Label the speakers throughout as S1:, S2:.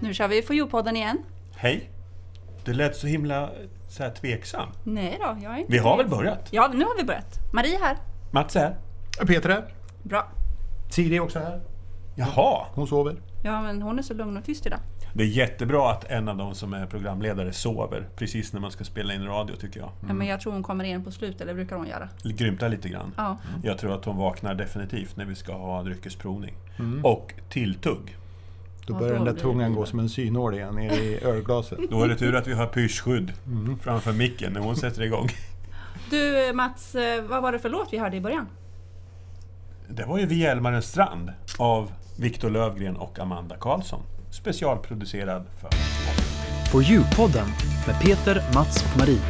S1: Nu kör vi FoU-podden igen.
S2: Hej! Det lät så himla så här tveksam.
S1: Nej då, jag är inte
S2: Vi har väl
S1: tveksam.
S2: börjat?
S1: Ja, nu har vi börjat. Marie här.
S2: Mats är här.
S3: Peter här.
S1: Bra.
S3: Siri är också här.
S2: Jaha!
S3: Hon sover.
S1: Ja, men hon är så lugn och tyst idag.
S2: Det är jättebra att en av de som är programledare sover precis när man ska spela in radio tycker jag.
S1: Ja, men jag tror hon kommer in på slutet, eller brukar hon göra.
S2: Grymtar lite grann.
S1: Ja.
S2: Jag tror att hon vaknar definitivt när vi ska ha dryckesprovning. Och tilltugg.
S3: Då
S1: Ja,
S3: börjar
S1: då
S3: den där
S1: blir
S3: tungan
S1: det
S3: gå som en synål igen ner i ölglaset.
S2: Då är det tur att vi har pyschskydd framför micken när hon sätter igång.
S1: Du Mats, eh, vad var det för låt vi hörde i början?
S2: Det var ju Vi Hjälmarens strand av Viktor Lövgren och Amanda Karlsson. Specialproducerad för...
S4: For You-podden med Peter, Mats och Marie.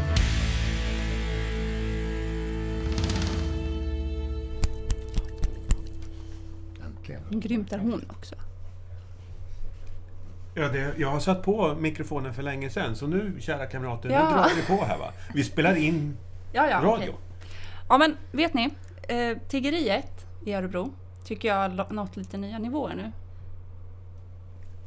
S3: Äntligen.
S1: Grymt är hon också.
S2: Ja, det, jag har satt på mikrofonen för länge sedan, så nu, kära kamrater,
S1: Ja.
S2: nu drar vi på här va. Vi spelar in
S1: Ja, ja.
S2: radio.
S1: okej. Ja, men vet ni? Eh, tiggeriet i Örebro tycker jag har lo- nått lite nya nivåer nu.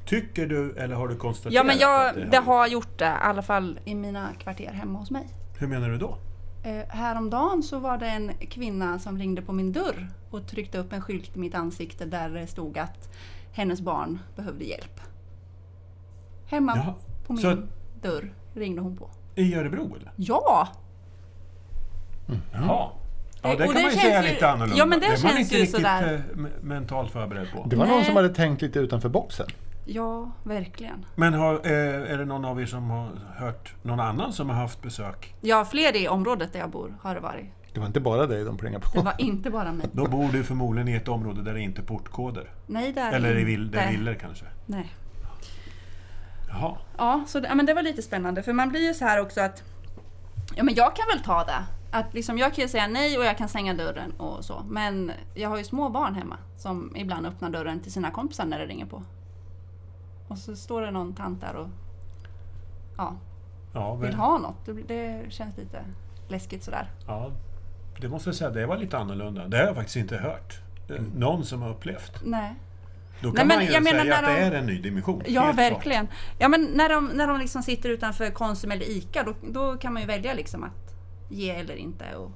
S2: Tycker du, eller har du konstaterat
S1: Ja, men
S2: att
S1: jag, det
S2: har...
S1: har gjort det, i alla fall i mina kvarter hemma hos mig.
S2: Hur menar du då?
S1: Eh, Häromdagen så var det en kvinna som ringde på min dörr och tryckte upp en skylt i mitt ansikte där det stod att hennes barn behövde hjälp. Hemma
S2: Jaha,
S1: på min
S2: så-
S1: dörr ringde hon på.
S2: I Örebro eller?
S1: Ja!
S2: Ja. Ja, det
S1: Eh, och
S2: kan
S1: det
S2: man ju
S1: känns
S2: säga
S1: ju-
S2: lite annorlunda.
S1: Ja, men det
S2: är man
S1: känns
S2: inte
S1: ju
S2: riktigt
S1: sådär.
S2: eh, me- mentalt förberedd på.
S3: Det var
S1: Nej.
S3: någon som hade tänkt lite utanför boxen.
S1: Ja, verkligen.
S2: Men har, eh, är det någon av er som har hört någon annan som har haft besök?
S1: Ja, fler i området där jag bor har det varit.
S3: Det var inte bara dig de plingade
S1: Det
S3: på.
S1: var inte bara mig.
S2: Då bor du förmodligen i ett område där det inte är portkoder.
S1: Nej, där
S2: Eller i vill,
S1: inte.
S2: där villor kanske.
S1: Nej.
S2: Jaha.
S1: Ja, så det, ja, men det var lite spännande för man blir ju så här också att ja, men jag kan väl ta det. Att liksom, jag kan ju säga nej och jag kan stänga dörren och så. Men jag har ju små barn hemma som ibland öppnar dörren till sina kompisar när det ringer på. Och så står det någon tant där och ja,
S2: Ja,
S1: vill
S2: men,
S1: ha något. Det, det känns lite läskigt sådär.
S2: ja, det måste jag säga, det var lite annorlunda. Det har jag faktiskt inte hört. Eh, Någon som har upplevt.
S1: Nej.
S2: Då
S1: Mm. Nej,
S2: kan
S1: men
S2: man ju
S1: jag
S2: säga
S1: menar
S2: att
S1: när
S2: det
S1: de-
S2: är en ny dimension.
S1: Ja,
S2: helt klart.
S1: verkligen. Ja, men när de, när de liksom sitter utanför Konsum eller ICA, då, då kan man ju välja liksom att ge eller inte. Och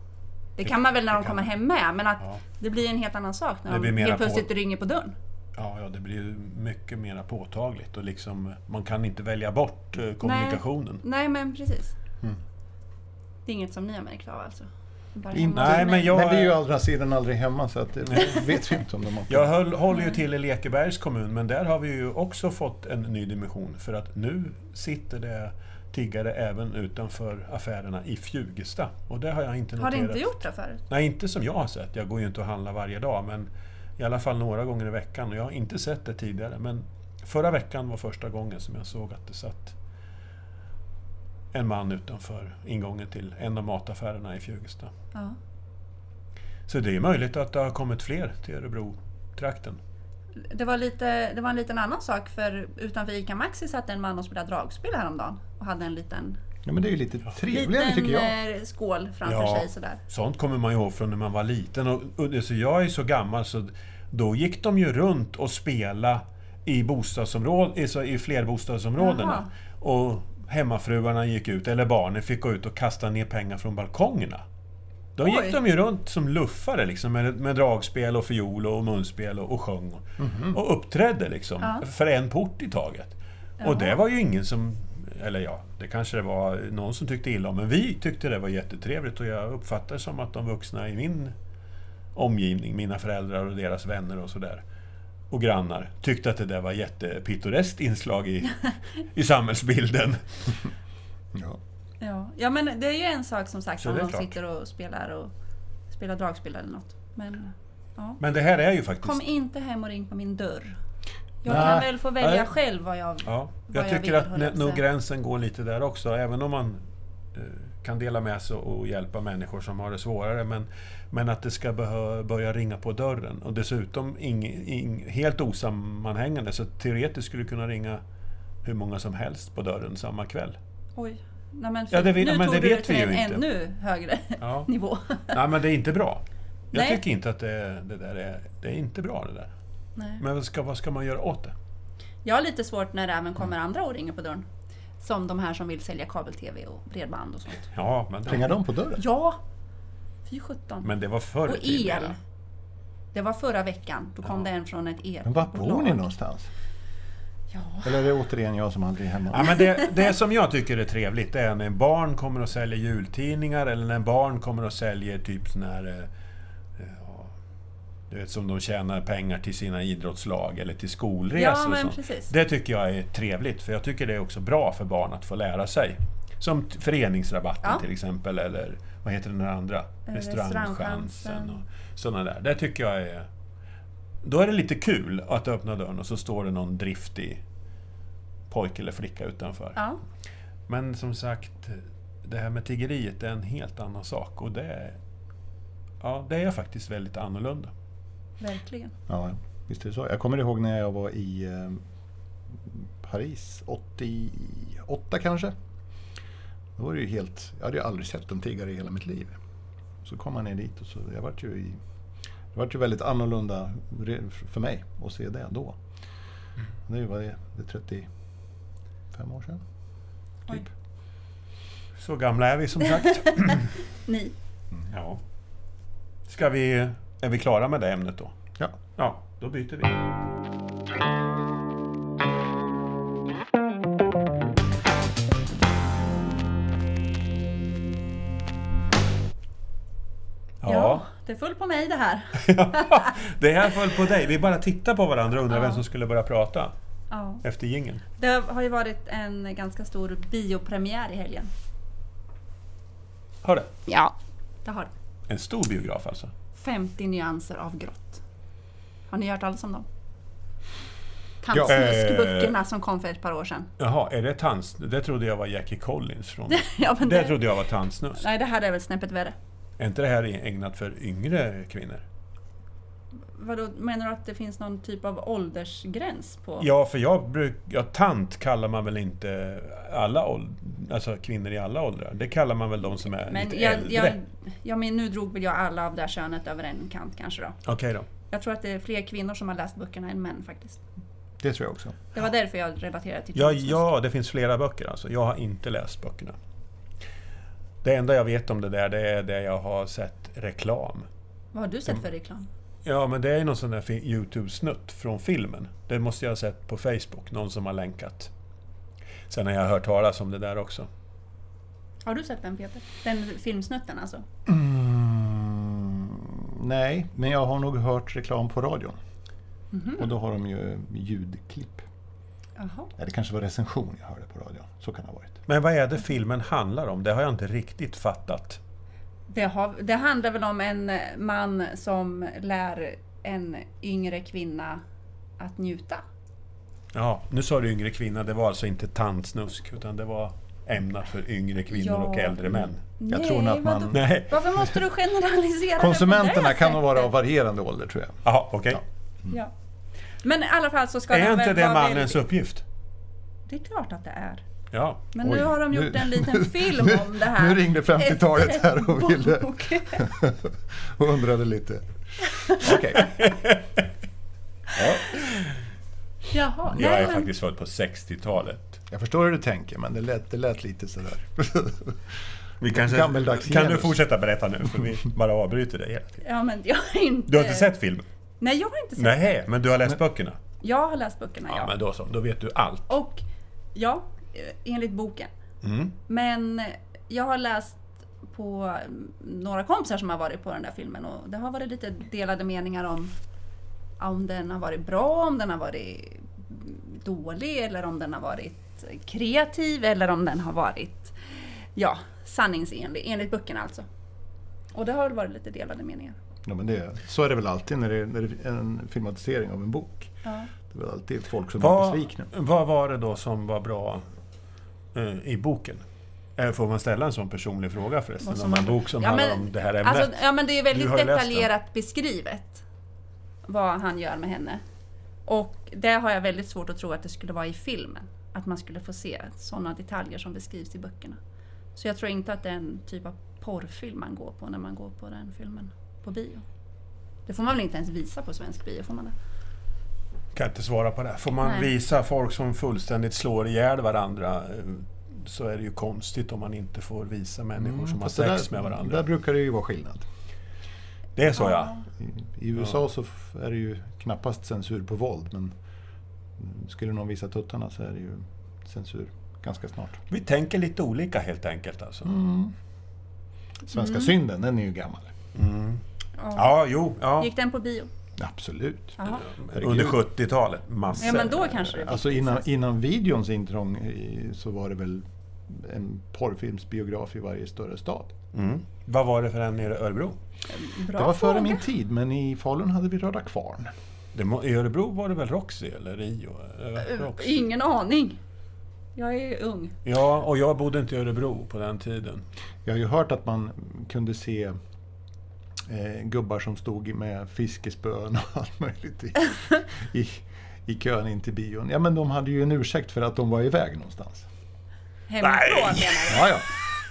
S1: det kan man väl när
S2: det
S1: de
S2: kan
S1: kommer
S2: man.
S1: hem med, men att
S2: Ja.
S1: det blir en helt annan sak
S2: Det
S1: när
S2: blir
S1: de
S2: mera
S1: helt plötsligt
S2: på-
S1: ringer på dörren.
S2: Ja, ja, det blir ju mycket mer påtagligt och liksom, man kan inte välja bort eh, kommunikationen.
S1: Nej, men precis.
S2: Mm.
S1: Det är inget som ni har märkt av alltså? Det är bara
S3: Inte-
S1: hemma hos
S2: Nej,
S1: mig.
S2: men jag-
S3: Men vi är ju å andra sidan aldrig hemma så att det vet vi inte om de har
S2: Jag höll, håller ju till i Lekebergs kommun, men där har vi ju också fått en ny dimension för att nu sitter det tiggare även utanför affärerna i Fjugesta. Och det har jag inte
S1: Har
S2: noterat.
S1: det inte gjort det förut?
S2: Nej, inte som jag har sett. Jag går ju inte och handlar varje dag, men i alla fall några gånger i veckan. Och jag har inte sett det tidigare, men förra veckan var första gången som jag såg att det satt en man utanför ingången till en av mataffärerna i Fjugesta.
S1: Ja.
S2: Så det är möjligt att det har kommit fler till Örebro-trakten.
S1: Det var, lite, det var en liten annan sak för utanför ICA Maxi satt en man och spelade dragspel häromdagen och hade en liten,
S3: Ja, men det är ju lite trevligare tycker
S1: liten
S3: jag.
S1: eh, skål framför
S2: Ja.
S1: sig sådär.
S2: Sånt kommer man ju ihåg från när man var liten. Och, och det, så jag är så gammal så då gick de ju runt och spela i, bostadsområd, i, så, i flerbostadsområdena. Och hemmafruarna gick ut, eller barnen fick gå ut och kasta ner pengar från balkongerna. Då
S1: Oj.
S2: gick de ju runt som luffare liksom, med, med dragspel och fiol och munspel och, och sjöng. Och, och uppträdde liksom,
S1: Ja.
S2: för en port i taget. Och det var ju ingen som... Eller ja, det kanske det var någon som tyckte illa om, men vi tyckte det var jättetrevligt och jag uppfattade som att de vuxna i min omgivning, mina föräldrar och deras vänner och sådär, och grannar, tyckte att det där var jättepittoreskt inslag i, i samhällsbilden.
S3: Ja.
S1: Ja. ja, men det är ju en sak som sagt
S2: Så
S1: om
S2: det är
S1: de
S2: klart.
S1: sitter och spelar och spelar dragspel eller något. Men ja.
S2: Men det här är ju faktiskt...
S1: kom inte hem och ring på min dörr. Jag
S3: Nej.
S1: kan väl få välja
S2: Nej.
S1: själv vad jag...
S2: Ja,
S1: vad
S2: jag
S1: jag
S2: tycker
S1: vill, höll jag
S2: att
S1: på att
S2: nog
S1: säga.
S2: gränsen går lite där också, även om man eh, kan dela med sig och hjälpa människor som har det svårare. Men, men att det ska behö- börja ringa på dörren. Och dessutom ing, ing, helt osammanhängande, så teoretiskt skulle det kunna ringa hur många som helst på dörren samma kväll.
S1: Oj. Nej, men
S2: Ja, det vi-
S1: nu
S2: ja, men
S1: tog
S2: det
S1: du det
S2: vet
S1: till
S2: vi
S1: en
S2: ju inte.
S1: ännu högre
S2: Ja.
S1: nivå.
S2: Nej, men det är inte bra. Jag
S1: Nej.
S2: tycker inte att det, det där är... Det är inte bra det där.
S1: Nej.
S2: Men vad ska, vad ska man göra åt det?
S1: Jag har lite svårt när det även kommer andra och ringer på dörren. Som de här som vill sälja kabel-tv och bredband och sånt.
S2: Ja, men,
S3: Plingar de på dörren?
S1: Ja! Fy sjutton.
S2: men det var förr
S1: Och
S2: i tiden,
S1: el.
S2: ja.
S1: Det var förra veckan. Då kom det en från ett el.
S3: Men var bor ni någonstans?
S1: Ja.
S3: Eller är det återigen jag som aldrig är
S2: Ja,
S3: hemma?
S2: men det, det som jag tycker är trevligt det är när barn kommer och säljer jultidningar eller när barn kommer och säljer typ sån här... eh, ja, Du vet, som de tjänar pengar till sina idrottslag eller till skolresor
S1: Ja, men
S2: och sånt.
S1: precis.
S2: Det tycker jag är trevligt, för jag tycker det är också bra för barn att få lära sig. Som t- föreningsrabatten
S1: Ja. Eh,
S2: till exempel, eller vad heter den här andra? Restaurangchansen
S1: Restaurangchansen.
S2: och sådana där. Det tycker jag är... Då är det lite kul att öppna dörren och så står det någon driftig pojke eller flicka utanför.
S1: Ja.
S2: Men som sagt, det här med tiggeriet är en helt annan sak. Och det är, ja, det är faktiskt väldigt annorlunda.
S1: Verkligen.
S3: Ja, visst är det så. Jag kommer ihåg när jag var i eh, Paris, 88 kanske. Då var det ju helt... Jag hade ju aldrig sett en tiggare i hela mitt liv. Så kom man ner dit och så... Jag vart ju i, det vart ju väldigt annorlunda re- för mig att se det då. Nu var det, det är 35 år sedan.
S1: Oj.
S3: Typ.
S2: Så gamla är vi som sagt.
S1: Ni.
S2: Ja. Ska vi, är vi klara med det ämnet då?
S3: Ja.
S2: Ja, då byter vi. Ja.
S1: Det är full på mig det här.
S2: Det här föll på dig. Vi bara tittar på varandra och undrar
S1: Ja.
S2: vem som skulle börja prata
S1: Ja.
S2: efter jingeln.
S1: Det har ju varit en ganska stor biopremiär i helgen.
S2: Hör det.
S1: Ja. Det har det.
S2: En stor biograf alltså.
S1: 50 nyanser av grått. Har ni hört talas om dem?
S2: Ja. eh,
S1: Tandsnuskböckerna som kom för ett par år sedan.
S2: Jaha, är det tans? Det trodde jag var Jackie Collins från...
S1: Ja, men
S2: Det
S1: det,
S2: trodde jag var tandsnusk.
S1: nej, det här är väl snäppet värre.
S2: Är inte det här ägnat för yngre kvinnor?
S1: Vadå, menar du att det finns någon typ av åldersgräns på?
S2: Ja, för jag bruk, ja, tant kallar man väl inte alla åld, alltså kvinnor i alla åldrar? Det kallar man väl de som är
S1: men
S2: lite
S1: jag,
S2: äldre?
S1: jag, jag men nu drog väl jag alla av det här könet över en kant kanske då.
S2: Okej då.
S1: Jag tror att det är fler kvinnor som har läst böckerna än män faktiskt.
S3: Det tror jag också.
S1: Det var därför jag relaterade till
S2: Ja,
S1: tandsnusk.
S2: ja, det finns flera böcker alltså. Jag har inte läst böckerna. Det enda jag vet om det där, det är det jag har sett reklam.
S1: Vad har du
S3: Mm.
S1: sett för reklam?
S2: Ja, men det är ju någon sån där fi- Youtube-snutt från filmen. Det måste jag ha sett på Facebook, någon som har länkat. Sen har jag hört talas om det där också.
S1: Har du sett den Peter? Den filmsnutten alltså?
S3: Mm, nej, men jag har nog hört reklam på radion. Och då har de ju ljudklipp.
S1: Jaha.
S3: Ja, det kanske var recension jag hörde på radion. Så kan det ha varit.
S2: Men vad är det filmen handlar om? Det har jag inte riktigt fattat.
S1: Det, har, det handlar väl om en eh, man som lär en yngre kvinna att njuta.
S2: Ja, nu sa du yngre kvinna, det var alltså inte tandsnusk, utan det var ämnat för yngre kvinnor
S1: Ja.
S2: och äldre män.
S3: Jag tror nog att man-
S1: vadå?
S2: Nej,
S1: Varför måste du generalisera det på
S3: Konsumenterna
S1: det
S3: kan nog vara av
S1: sättet?
S3: varierande ålder tror jag.
S2: jaha, okej.
S1: Ja. Men i alla fall så ska
S2: Är
S1: den
S2: inte
S1: väl
S2: det
S1: vara
S2: mannens
S1: väldigt-
S2: uppgift?
S1: Det är klart att det är.
S2: Ja.
S1: Men
S3: Oj,
S1: nu har de gjort
S3: nu-
S1: en liten film
S3: nu-
S1: om det här.
S3: nu ringde 50-talet
S1: efter
S3: här och ville-
S1: bok.
S3: Och undrade lite. Okej. Ja,
S1: Jaha.
S2: Jag
S1: nej,
S2: är
S1: men-
S2: faktiskt född på 60-talet.
S3: jag förstår hur du tänker, men det lät, det lät lite sådär.
S2: Vi kanske,
S3: Gammeldags
S2: kan du
S3: genus.
S2: fortsätta berätta nu? För vi bara avbryter dig hela tiden.
S1: Ja, men jag har inte...
S2: Du har inte sett filmen?
S1: Nej, jag har inte sett.
S2: Nej, men du har läst böckerna?
S1: Jag har läst böckerna, ja.
S2: Ja, men då så. Då vet du allt.
S1: Och ja, eh, enligt boken. Men jag har läst på mm, några kompisar som har varit på den där filmen och det har varit lite delade meningar om om den har varit bra, om den har varit mm, dålig eller om den har varit kreativ eller om den har varit ja, sanningsenlig, enligt böckerna alltså. Och det har väl varit lite delade meningar.
S3: Ja, men det, så är det väl alltid när det, när det är en filmatisering av en bok.
S1: Ja.
S3: Det är väl alltid folk som är
S2: Vad,
S3: besvikna.
S2: vad var det då som var bra eh, i boken? Eh, Får man ställa en sån personlig fråga förresten?
S1: Vad som
S2: om en
S1: var-
S2: bok som
S1: Ja,
S2: handlar
S1: men-
S2: om det här ämnet?
S1: Alltså, ja, men det är
S2: Du
S1: väldigt
S2: har ju läst
S1: detaljerat beskrivet vad han gör med henne. Och det har jag väldigt svårt att tro att det skulle vara i filmen. Att man skulle få se sådana detaljer som beskrivs i böckerna. Så jag tror inte att det är en typ av porrfilm man går på när man går på den filmen på bio. Det får man väl inte ens visa på svensk bio? Får man det?
S2: kan inte svara på det. Får man
S1: Nej.
S2: visa folk som fullständigt slår ihjäl varandra eh, så är det ju konstigt om man inte får visa människor som har
S3: Mm, Fast det
S2: sex
S3: där,
S2: med varandra.
S3: Där brukar det ju vara skillnad.
S2: det är så ja.
S3: I- I USA så f- är det ju knappast censur på våld, men mm, skulle någon visa tuttarna så är det ju censur ganska snart.
S2: Vi tänker lite olika helt enkelt alltså.
S3: Svenska
S1: Mm.
S3: synden, den är ju gammal.
S2: Mm. Ja, jo, ja.
S1: Gick den på bio?
S3: Absolut.
S1: Jaha.
S3: Herregud.
S2: Under 70-talet, massor.
S1: Ja men då kanske det
S3: Alltså innan, innan videons intrång i- så var det väl en porrfilmsbiograf i varje större stad.
S2: Mm. Vad var det för en nere i Örebro?
S1: Bra
S3: det var före
S1: fråga.
S3: min tid, men i Falun hade vi Röda Kvarn.
S2: Det, må- I Örebro var det väl Roxy eller Rio? Eh, Roxy.
S1: Ingen aning. Jag är ung.
S2: Ja, och jag bodde inte i Örebro på den tiden.
S3: Jag har ju hört att man kunde se eh, gubbar som stod med fiskespön och allt möjligt i, i, i kön in till bion. Ja, men de hade ju en ursäkt för att de var iväg någonstans.
S1: Hemifrån menar jag.
S3: Ja, ja.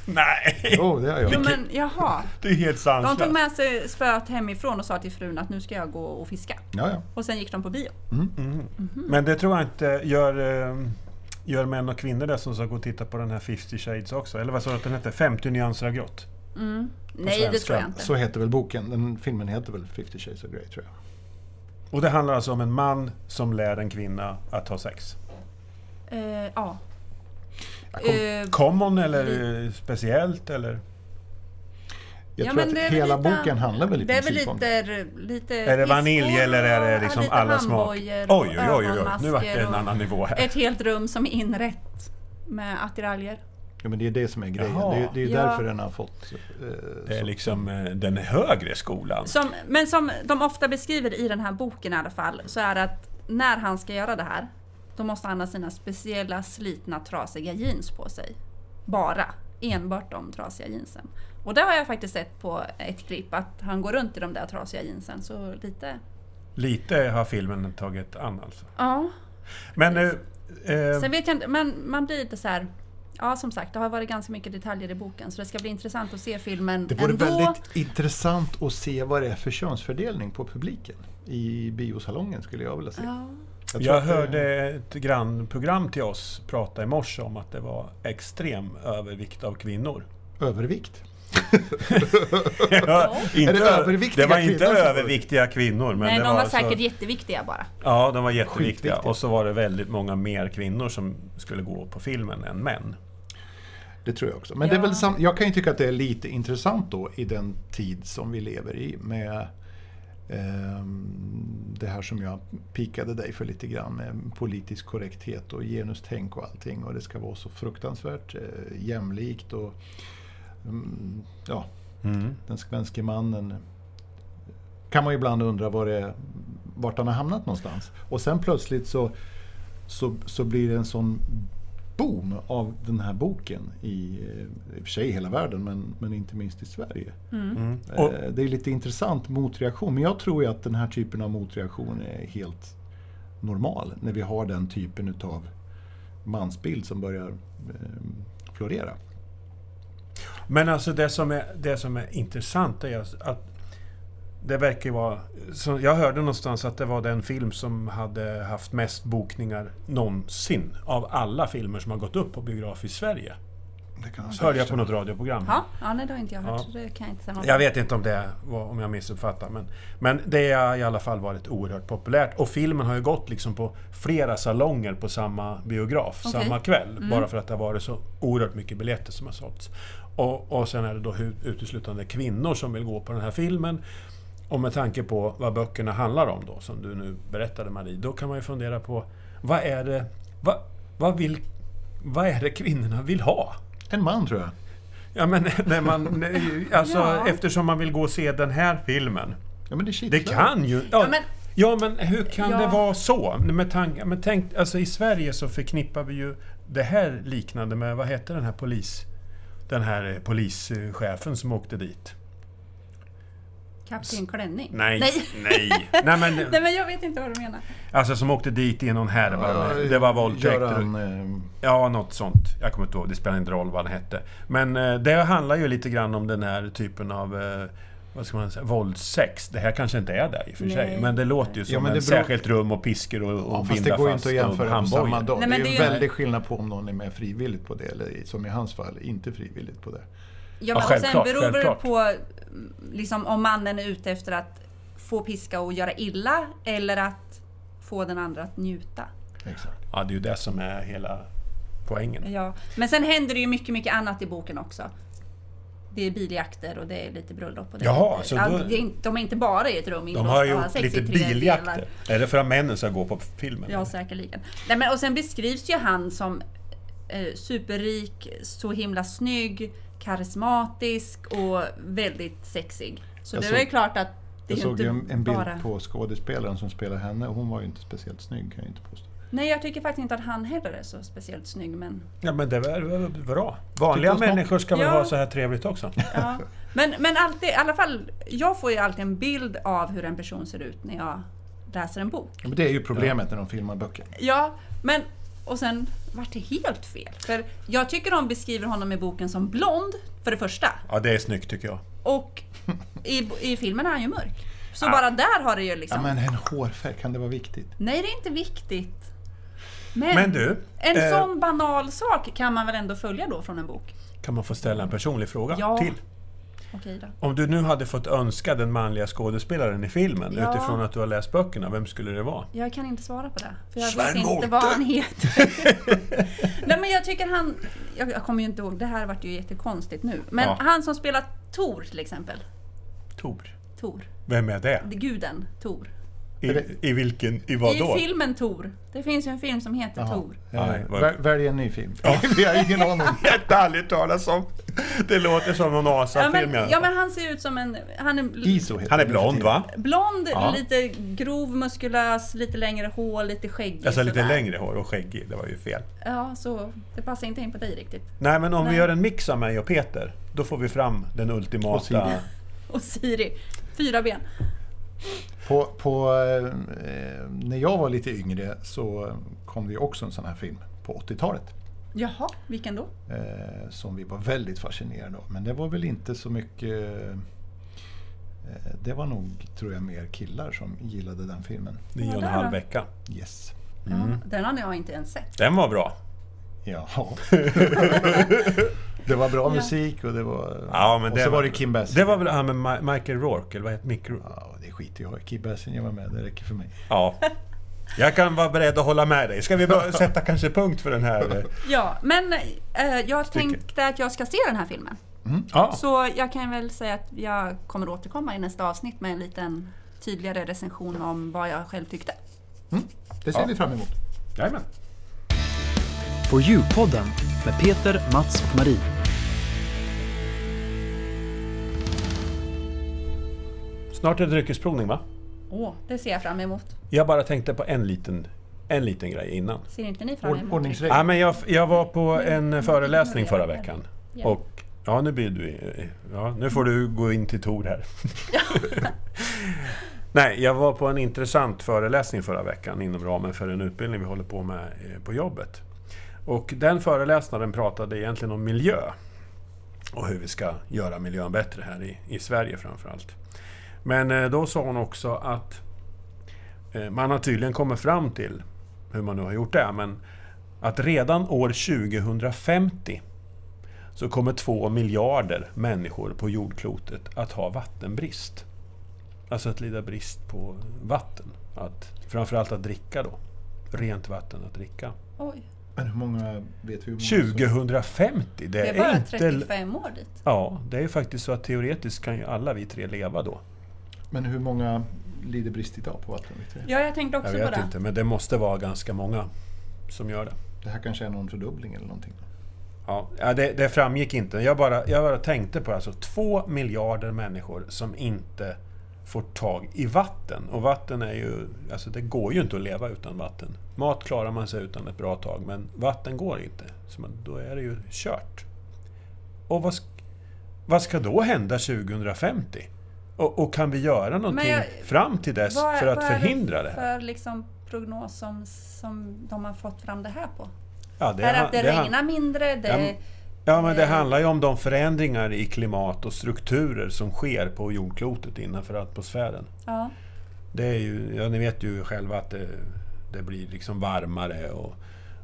S2: Nej!
S3: Jo, det har jag.
S1: Jo, men jaha.
S2: Det är helt
S1: De tog
S2: sanslöst.
S1: med sig spöet hemifrån och sa till frun att nu ska jag gå och fiska.
S3: Ja, ja.
S1: Och sen gick de på bio.
S2: Mm. Men det tror jag inte gör, eh, gör män och kvinnor det som ska gå och titta på den här 50 shades också. Eller vad sa du att den hette? 50 nyanser av grått.
S1: Nej, det
S2: svenska.
S1: tror jag inte.
S3: Så heter väl boken. Den filmen heter väl 50 Shades of Grey, tror jag.
S2: Och det handlar alltså om en man som lär en kvinna att ha sex.
S1: Eh, ja.
S3: Jag kom-
S1: Eh,
S2: Common eller eh, speciellt eller?
S3: Jag
S1: ja,
S3: tror
S1: men det är
S3: att
S1: väl
S3: hela
S1: lite-
S3: boken handlar väl i
S1: det är väl
S3: princip om...
S1: lite, lite
S2: Är det vanilj
S1: piskor
S2: eller är det
S1: och
S2: liksom
S1: lite
S2: alla smak? Oj,
S1: handbojor och
S2: oj, oj, oj, nu vart det
S1: ögonmasker
S2: en
S1: och Eh,
S2: annan nivå här.
S1: Ett helt rum som är inrett med attiraljer.
S3: Ja, men det är det som är grejen.
S2: Jaha.
S3: Det är, det är
S1: Ja.
S3: därför den har fått... Eh,
S2: Det är liksom eh, den högre skolan.
S1: Som, men som de ofta beskriver i den här boken i alla fall, så är det att när han ska göra det här, då måste han ha sina speciella slitna trasiga jeans på sig. Bara. Enbart de trasiga jeansen. Och det har jag faktiskt sett på ett klipp, att han går runt i de där trasiga jeansen. Så lite...
S2: Lite har filmen tagit an alltså.
S1: Ja.
S2: Men eh, eh,
S1: Sen vet jag inte, men man blir lite så här... Ja, som sagt, det har varit ganska mycket detaljer i boken, så det ska bli intressant att se filmen
S3: Det vore
S1: ändå.
S3: väldigt intressant att se vad det är för könsfördelning på publiken i biosalongen skulle jag vilja se.
S1: Ja.
S3: Jag tror
S2: jag
S3: att det-
S2: hörde ett grannprogram till oss prata i morse om att det var extrem övervikt av kvinnor.
S3: Övervikt.
S2: inte,
S3: Är det överviktiga
S2: det var inte
S3: kvinnor som var-
S2: överviktiga kvinnor. Men
S1: Nej,
S2: det
S1: de var,
S2: så-
S1: säkert jätteviktiga bara.
S2: Ja, de var jätteviktiga.
S3: Skitviktiga.
S2: Och så var det väldigt många mer kvinnor som skulle gå på filmen än män.
S3: Det tror jag också. Men det
S1: Ja.
S3: är väl sam- jag kan ju tycka att det är lite intressant då i den tid som vi lever i med ehm, det här som jag pikade dig för lite grann med politisk korrekthet och genustänk och allting och det ska vara så fruktansvärt eh, jämlikt och mm, ja, den svenske mannen kan man ju ibland undra var det, vart han har hamnat någonstans. Och sen plötsligt så, så, så blir det en sån boom av den här boken i, eh, i och för sig i hela världen, men, men inte minst i Sverige.
S1: Mm.
S3: Eh,
S2: Och-
S3: Det är lite intressant motreaktion, men jag tror ju att den här typen av motreaktion är helt normal när vi har den typen utav mansbild som börjar eh, florera.
S2: Men alltså det som är, det som är intressant är alltså att det verkar ju vara... Så jag hörde någonstans att det var den film som hade haft mest bokningar någonsin av alla filmer som har gått upp på biograf i Sverige.
S3: Det kan jag
S2: Hörde jag på något radioprogram.
S1: Ja, ja nej, det har inte jag hört,
S2: Ja.
S1: så det kan jag inte säga något
S2: Jag vet inte om det var, om jag missuppfattar men, men det har i alla fall varit oerhört populärt och filmen har ju gått liksom på flera salonger på samma biograf
S1: Okej.
S2: samma kväll. Bara för att det har varit så oerhört mycket biljetter som har sålts. Och, och sen är det då hu- uteslutande kvinnor som vill gå på den här filmen. Och med tanke på vad böckerna handlar om då, som du nu berättade Marie, då kan man ju fundera på vad är det, vad, vad vill, vad är det kvinnorna vill ha?
S3: En man tror jag.
S2: Ja, men när man, nej, alltså,
S1: Ja.
S2: eftersom man vill gå och se den här filmen.
S3: Ja, men det,
S2: Det
S3: kittlar.
S2: kan ju... Ja,
S1: Ja, men-
S2: ja, men hur kan
S1: Ja.
S2: det vara så? Med tanke, men tänk, alltså, I Sverige så förknippar vi ju det här liknande med, vad hette den här polis... Den här eh, polischefen som åkte dit.
S1: Kapten Klänning?
S2: Nej,
S1: Nej.
S2: nej. nej men,
S1: Nej, men jag vet inte vad du menar.
S2: alltså som åkte dit i någon härva.
S3: Ja,
S2: med- det var våldtäkt.
S3: Göran, eh,
S2: Ja, något sånt. Jag kommer inte ihåg. Det spelar inte roll vad han hette. Men eh, det handlar ju lite grann om den här typen av eh, vad ska man säga, våldsex. Det här kanske inte är där i och för sig,
S1: Nej.
S2: men det låter ju som
S3: men det
S2: ett
S3: beror-
S2: särskilt rum och piskor och, och
S3: Ja, fast det
S2: binda
S3: går ju
S2: fast
S3: inte att
S2: och
S3: jämföra på
S2: handbojor.
S3: samma dag.
S1: Nej,
S3: det
S1: men
S3: är ju
S1: det är-
S3: en väldig skillnad på om någon är med frivilligt på det, eller i- som i hans fall, inte frivilligt på det.
S1: Ja,
S2: Ja,
S1: men och
S2: självklart,
S1: sen beror det
S2: självklart.
S1: på mm, liksom, om mannen är ute efter att få piska och göra illa eller att få den andra att njuta.
S3: Exakt.
S2: Ja, det är ju det som är hela poängen.
S1: Ja. Men sen händer det ju mycket, mycket annat i boken också. Det är biljakter och det är lite bröllop. Och det är
S2: Jaha,
S1: lite,
S2: så
S1: ja,
S2: då-
S1: det är inte, de är inte bara i ett rum
S2: De
S1: inlåsta
S2: har
S1: och har
S2: gjort
S1: sex i
S2: lite
S1: tre delar.
S2: biljakter. Är det för att männen ska gå på filmen?
S1: Ja, säkerligen. Nej, men, och sen beskrivs ju han som eh, superrik, så himla snygg, karismatisk och väldigt sexig. Så
S3: Jag
S1: det
S3: såg-
S1: var ju klart att det
S3: Jag
S1: är ju
S3: såg
S1: inte
S3: ju en, en bild
S1: bara...
S3: på skådespelaren som spelar henne och hon var ju inte speciellt snygg kan jag inte påstå.
S1: Nej, jag tycker faktiskt inte att han heller är så speciellt snygg, men...
S2: Ja, men det är väl- väl bra. Vanliga
S3: Tycker du om
S2: människor ska väl
S1: Ja.
S2: ha så här trevligt också?
S1: Ja. Men, men alltid, i alla fall, jag får ju alltid en bild av hur en person ser ut när jag läser en bok.
S3: Men det är ju problemet när de filmar böcker.
S1: Ja, men... Och sen vart det helt fel. För jag tycker de beskriver honom i boken som blond, för det första.
S2: Ja, det är snyggt tycker jag.
S1: Och i, i filmen är han ju mörk. Så bara där har det ju liksom...
S3: Ja, men en hårfärg, kan det vara viktigt?
S1: Nej, det är inte viktigt.
S2: Men du,
S1: En
S2: eh,
S1: sån banal sak kan man väl ändå följa då från en bok?
S2: Kan man få ställa en personlig fråga
S1: Ja.
S2: till?
S1: Okej då.
S2: Om du nu hade fått önska den manliga skådespelaren i filmen
S1: Ja.
S2: utifrån att du har läst böckerna, vem skulle det vara?
S1: Jag kan inte svara på det. För jag
S2: Sven
S1: vet inte
S2: Wollter!
S1: vad han heter. Nej men jag tycker han... Jag, jag kommer ju inte ihåg, det här vart ju jättekonstigt nu. Men
S2: Ja.
S1: han som spelar Tor till exempel.
S2: Tor.
S1: Tor.
S2: Vem är det?
S1: Det är Guden Tor.
S2: I, i vilken, i vad då?
S1: I filmen Tor. Det finns ju en film som heter Tor.
S2: Nej,
S3: Eh,
S2: vad-
S3: väl- Välj en ny film. Vi har ingen aning.
S2: Inte aldrig talas om. Det låter som någon
S1: Ja
S2: asafilm
S1: men, ja men han ser ut som en... Han är
S3: Iso heter
S2: Han är
S3: den.
S2: blond va?
S1: Blond,
S2: Ja.
S1: lite grov, muskulös, lite längre hår, lite skäggig.
S2: Alltså lite
S1: sådär.
S2: längre hår och skäggig, det var ju fel.
S1: Ja, så det passar inte in på dig riktigt.
S2: Nej men om vi
S1: Nej.
S2: gör en mix av mig och Peter, då får vi fram den
S3: Och Siri.
S2: ultimata...
S1: Och Siri, fyra ben.
S3: På, på, eh, när jag var lite yngre så kom det ju också en sån här film på 80-talet.
S1: Jaha, vilken då?
S3: eh, som vi var väldigt fascinerade av. Men det var väl inte så mycket... Eh, det var nog, tror jag, mer killar som gillade den filmen.
S2: Nio och en
S1: där
S2: halv
S1: då?
S2: vecka.
S3: Yes.
S2: Mm.
S1: Ja, den har jag inte ens sett.
S2: Den var bra.
S3: Ja. det var bra musik och det var...
S2: Ja, men
S3: och
S2: det
S3: så var, det Kim Basinger.
S2: Det var väl han med Ma- Michael Rourke, eller vad heter Mick Rourke?
S3: Ja, det skiter jag i. Kim Basinger var med, det räcker för mig.
S2: Ja. Jag kan vara beredd att hålla med dig. Ska vi börja sätta kanske punkt för den här? eh?
S1: Ja, men eh, jag
S2: Stycket.
S1: tänkte att jag ska se den här filmen.
S2: Ja.
S1: Så jag kan väl säga att jag kommer återkomma i nästa avsnitt med en liten tydligare recension om vad jag själv tyckte.
S3: Det ser
S2: Ja.
S3: vi fram emot.
S2: Jajamän.
S4: På Djurpodden med Peter, Mats och Marie.
S2: Snart är det dryckesprovning va?
S1: Åh, det ser jag fram emot.
S2: Jag bara tänkte på en liten, en liten grej innan.
S1: Ser inte ni fram
S3: Ord,
S1: emot det?
S2: Ja,
S3: ordningsregler.
S2: men jag, jag var på en föreläsning förra veckan. Och ja, nu blir du... Ja, nu får du gå in till Tor här. Nej, jag var på en intressant föreläsning förra veckan inom ramen för en utbildning vi håller på med eh, på jobbet. Och den föreläsaren pratade egentligen om miljö och hur vi ska göra miljön bättre här i, i Sverige framförallt. Men eh, då sa hon också att eh, man har tydligen kommit fram till, hur man nu har gjort det, men att redan år 2050 så kommer två miljarder människor på jordklotet att ha vattenbrist. Alltså att lida brist på vatten. Att, framförallt att dricka då. Rent vatten att dricka.
S1: Oj,
S3: Men hur många vet vi? Hur många som-
S2: 2050, det
S1: det
S2: är,
S1: är bara
S2: inte...
S1: 35 år dit.
S2: Ja, det är ju faktiskt så att teoretiskt kan ju alla vi tre leva då.
S3: Men hur många lider brist idag på vatten? Vet vi?
S1: Ja, jag tänkte
S2: Jag
S1: också på
S2: vet
S1: det.
S2: inte, men det måste vara ganska många som gör det.
S3: Det här kanske är någon fördubbling eller någonting.
S2: Eh. Ja, ja, det, det framgick inte. Jag bara, jag bara tänkte på det. Alltså, två miljarder människor som inte får tag i vatten. Och vatten är ju... Alltså det går ju inte att leva utan vatten. Mat klarar man sig utan ett bra tag, men vatten går inte. Så man, då är det ju kört. Och vad, sk- vad ska då hända 2050? Och, och kan vi göra någonting
S1: jag-
S2: fram till dess
S1: Vad-
S2: för att
S1: vad är
S2: förhindra det här?
S1: för liksom prognos som, som de har fått fram det här på?
S2: Ja,
S1: är det att det,
S2: han- han-
S1: regnar mindre, det
S2: Ja, men- Ja, men det handlar ju om de förändringar i klimat och strukturer som sker på jordklotet innanför atmosfären.
S1: Ja.
S2: Det är ju, ja, ni vet ju själva att det, det blir liksom varmare och,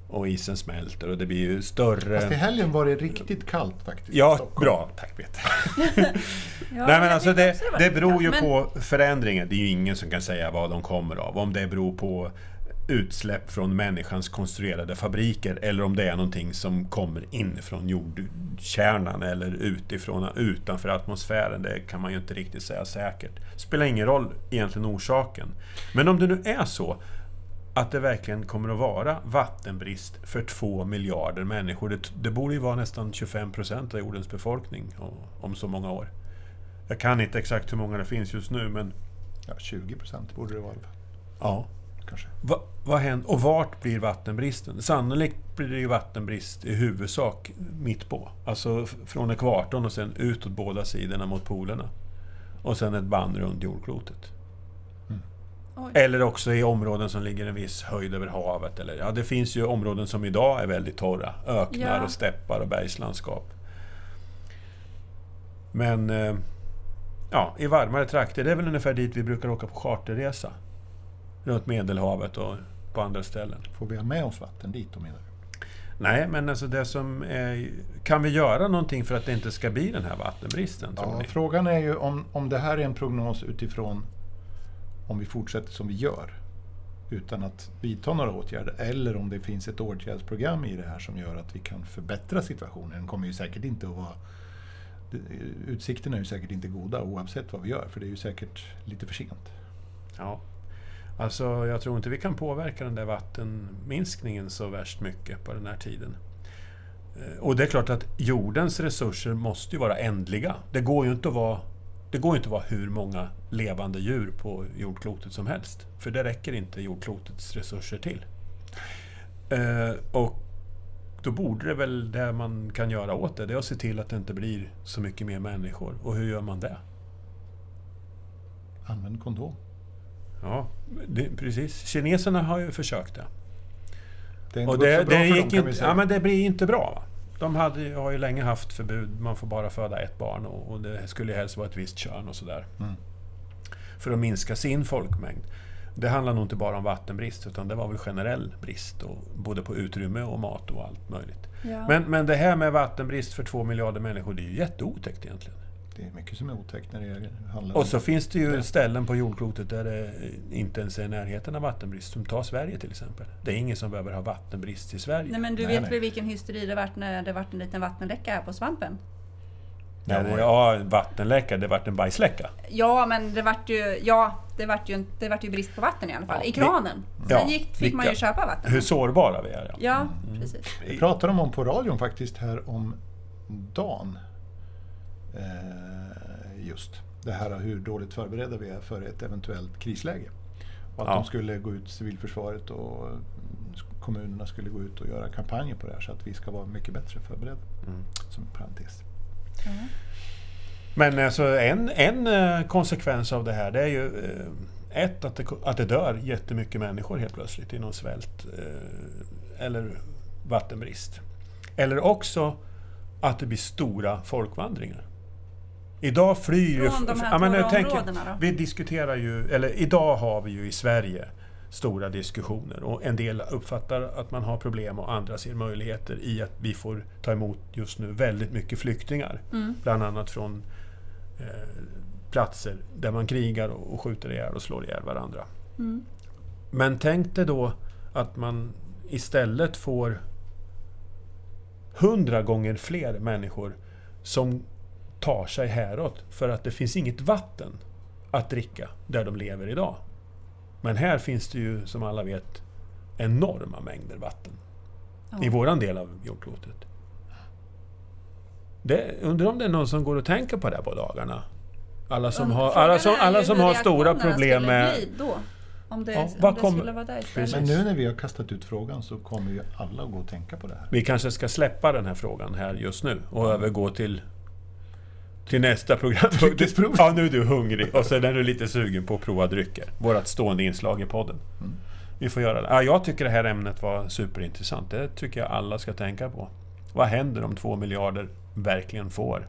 S2: och isen smälter och det blir ju större...
S3: Fast i helgen var det riktigt kallt faktiskt. i
S2: Ja,
S3: Stockholm.
S2: bra. Tack Peter.
S1: Ja,
S2: Nej, men
S1: jag
S2: alltså
S1: tyckte
S2: det,
S1: också var
S2: det
S1: lite
S2: beror
S1: kallt.
S2: ju
S1: Men-
S2: på förändringen. Det är ju ingen som kan säga vad de kommer av. Om det beror på utsläpp från människans konstruerade fabriker eller om det är någonting som kommer inifrån jordkärnan eller utifrån, utanför atmosfären. Det kan man ju inte riktigt säga säkert. Spelar ingen roll egentligen orsaken. Men om det nu är så att det verkligen kommer att vara vattenbrist för två miljarder människor. Det, det borde ju vara nästan 25 procent av jordens befolkning o- om så många år. Jag kan inte exakt hur många det finns just nu, men
S3: Ja, 20 procent borde det vara i alla fall,
S2: ja.
S3: kanske.
S2: Va, vad händer? Och vart blir vattenbristen? Sannolikt blir det ju vattenbrist i huvudsak mitt på. Alltså f- från ekvatorn och sen utåt båda sidorna mot polerna. Och sen ett band runt jordklotet.
S1: Mm. Oj.
S2: Eller också i områden som ligger en viss höjd över havet. Eller, ja, det finns ju områden som idag är väldigt torra. Öknar
S1: Ja.
S2: och steppar och bergslandskap. Men eh, ja, i varmare trakter, det är väl ungefär dit vi brukar åka på charterresa. Runt Medelhavet och på andra ställen.
S3: Får vi ha med oss vatten dit då menar du?
S2: Nej, men alltså det som är, Kan vi göra någonting för att det inte ska bli den här vattenbristen, tror
S3: Ja,
S2: ni?
S3: frågan är ju om, om det här är en prognos utifrån om vi fortsätter som vi gör utan att vidta några åtgärder eller om det finns ett åtgärdsprogram i det här som gör att vi kan förbättra situationen. Den kommer ju säkert inte att vara... det- Utsikterna är ju säkert inte goda oavsett vad vi gör för det är ju säkert lite för sent.
S2: Ja. Alltså, jag tror inte vi kan påverka den där vattenminskningen så värst mycket på den här tiden. Eh, Och det är klart att jordens resurser måste ju vara ändliga. Det går ju inte att vara, det går ju inte att vara hur många levande djur på jordklotet som helst. För det räcker inte jordklotets resurser till. Eh, Och då borde det väl det man kan göra åt det, det är att se till att det inte blir så mycket mer människor. Och hur gör man det?
S3: Använd kondom.
S2: Ja, det, precis. Kineserna har ju försökt det.
S3: Det har inte
S2: Och
S3: gått
S2: det,
S3: så bra
S2: det,
S3: för dem
S2: gick
S3: kan vi
S2: inte,
S3: säga.
S2: ja, men det blir ju inte bra. Va? De hade, ju- har ju länge haft förbud, man får bara föda ett barn och, och det skulle ju helst vara ett visst kön och sådär.
S3: Mm.
S2: För att minska sin folkmängd. Det handlar nog inte bara om vattenbrist utan det var väl generell brist, och, både på utrymme och mat och allt möjligt.
S1: Ja.
S2: Men, men det här med vattenbrist för två miljarder människor, det är ju jätteotäckt egentligen.
S3: Det är mycket som är otäckt när det handlar om...
S2: Och så finns det ju ställen på jordklotet där det inte ens är i närheten av vattenbrist, som tar Sverige till exempel. Det är ingen som behöver ha vattenbrist i Sverige.
S1: Nej men du
S3: Nej,
S1: vet
S3: nej.
S1: väl vilken hysteri det varit när det varit en liten vattenläcka här på svampen?
S2: Ja, det, ja, en vattenläcka, det vart en bajsläcka.
S1: Ja men det vart ju, ja, det vart ju, en- det vart ju brist på vatten i alla fall,
S2: Ja,
S1: i
S2: vi-
S1: kranen.
S2: Ja,
S1: Sen gick, fick man ju
S2: vilka- Mm.
S1: köpa vatten.
S2: Hur sårbara vi är. Ja.
S1: Ja, precis.
S3: Vi pratade om på radion faktiskt här om dagen. Eh, just det här hur dåligt förberedda vi är för ett eventuellt krisläge. Och att
S2: Ja.
S3: de skulle gå ut, civilförsvaret och mm, sk- kommunerna skulle gå ut och göra kampanjer på det här så att vi ska vara mycket bättre förberedda. Som en parentes.
S2: Men alltså, en, en eh, konsekvens av det här det är ju eh, ett, att det, ko- att det dör jättemycket människor helt plötsligt i någon svält eh, eller vattenbrist. Eller också att det blir stora folkvandringar. Idag flyr ju...
S1: Från de här
S2: ja, men
S1: torra
S2: jag tänker-
S1: områdena då?
S2: Vi diskuterar ju, eller idag har vi ju i Sverige stora diskussioner och en del uppfattar att man har problem och andra ser möjligheter i att vi får ta emot just nu väldigt mycket flyktingar. Bland annat från eh, platser där man krigar och och skjuter ihjäl och slår ihjäl varandra. Men tänk dig då att man istället får hundra gånger fler människor som tar sig häråt för att det finns inget vatten att dricka där de lever idag. Men här finns det ju, som alla vet, enorma mängder vatten. I våran del av jordklotet. Det, undrar om det är någon som går och tänker på det här på dagarna? Alla som har, alla som,
S1: Frågan är
S2: alla
S1: ju
S2: som
S1: hur
S2: har stora
S1: reaktionerna
S2: problem
S1: skulle
S2: med...
S1: bli Då, om det,
S2: Ja,
S1: om
S2: vad
S1: det
S2: kommer-
S1: skulle vara där istället.
S2: Precis.
S3: Men nu när vi har kastat ut frågan så kommer ju alla att gå och tänka på det här.
S2: Vi kanske ska släppa den här frågan här just nu och övergå till, till nästa program.
S3: Dryckesprov.
S2: Ja, nu är du hungrig och sen är du lite sugen på att prova drycker. Vårat stående inslag i podden. Vi får göra det. Ja, jag tycker det här ämnet var superintressant. Det tycker jag alla ska tänka på. Vad händer om två miljarder verkligen får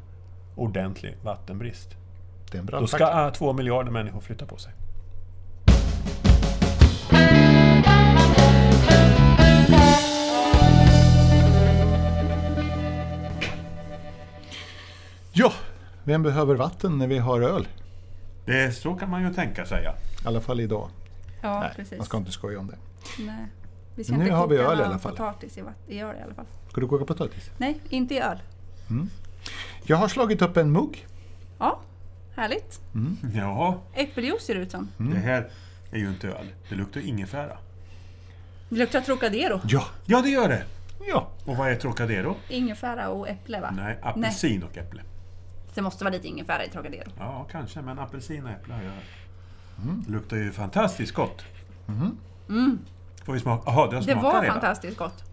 S2: ordentlig vattenbrist?
S3: Det är en
S2: Då
S3: brandfackla.
S2: ska eh, två miljarder människor flytta på sig.
S3: Ja, vem behöver vatten när vi har öl?
S2: Det är, så kan man ju tänka sig. Ja.
S3: I alla fall idag.
S1: Ja,
S3: Nej,
S1: precis.
S3: man ska inte skoja om det.
S1: Nej. Vi ska
S3: Nu
S1: inte
S3: har vi
S1: koka
S3: öl i
S1: någon
S3: alla fall.
S1: potatis i, vatt- i öl i alla fall.
S3: Ska du koka potatis?
S1: Nej, inte i öl.
S3: Jag har slagit upp en mugg.
S1: Ja, härligt.
S2: Jaha,
S1: Äppeljuice ser det ut som.
S2: det här är ju inte öl. Det luktar ingefära.
S1: Det luktar Trocadero.
S3: Ja.
S2: Ja, det gör det!
S3: ja.
S2: Och vad är Trocadero?
S1: Ingefära och äpple va?
S2: Nej, apelsin och äpple.
S1: Det måste vara lite ingefära i Trocadero.
S2: Ja, kanske, men apelsin och äpple har jag. Det luktar ju fantastiskt gott. Mm-hmm. Får vi smaka? Jaha, det har
S1: Mm. Det
S2: smakat
S1: var
S2: redan.
S1: fantastiskt gott.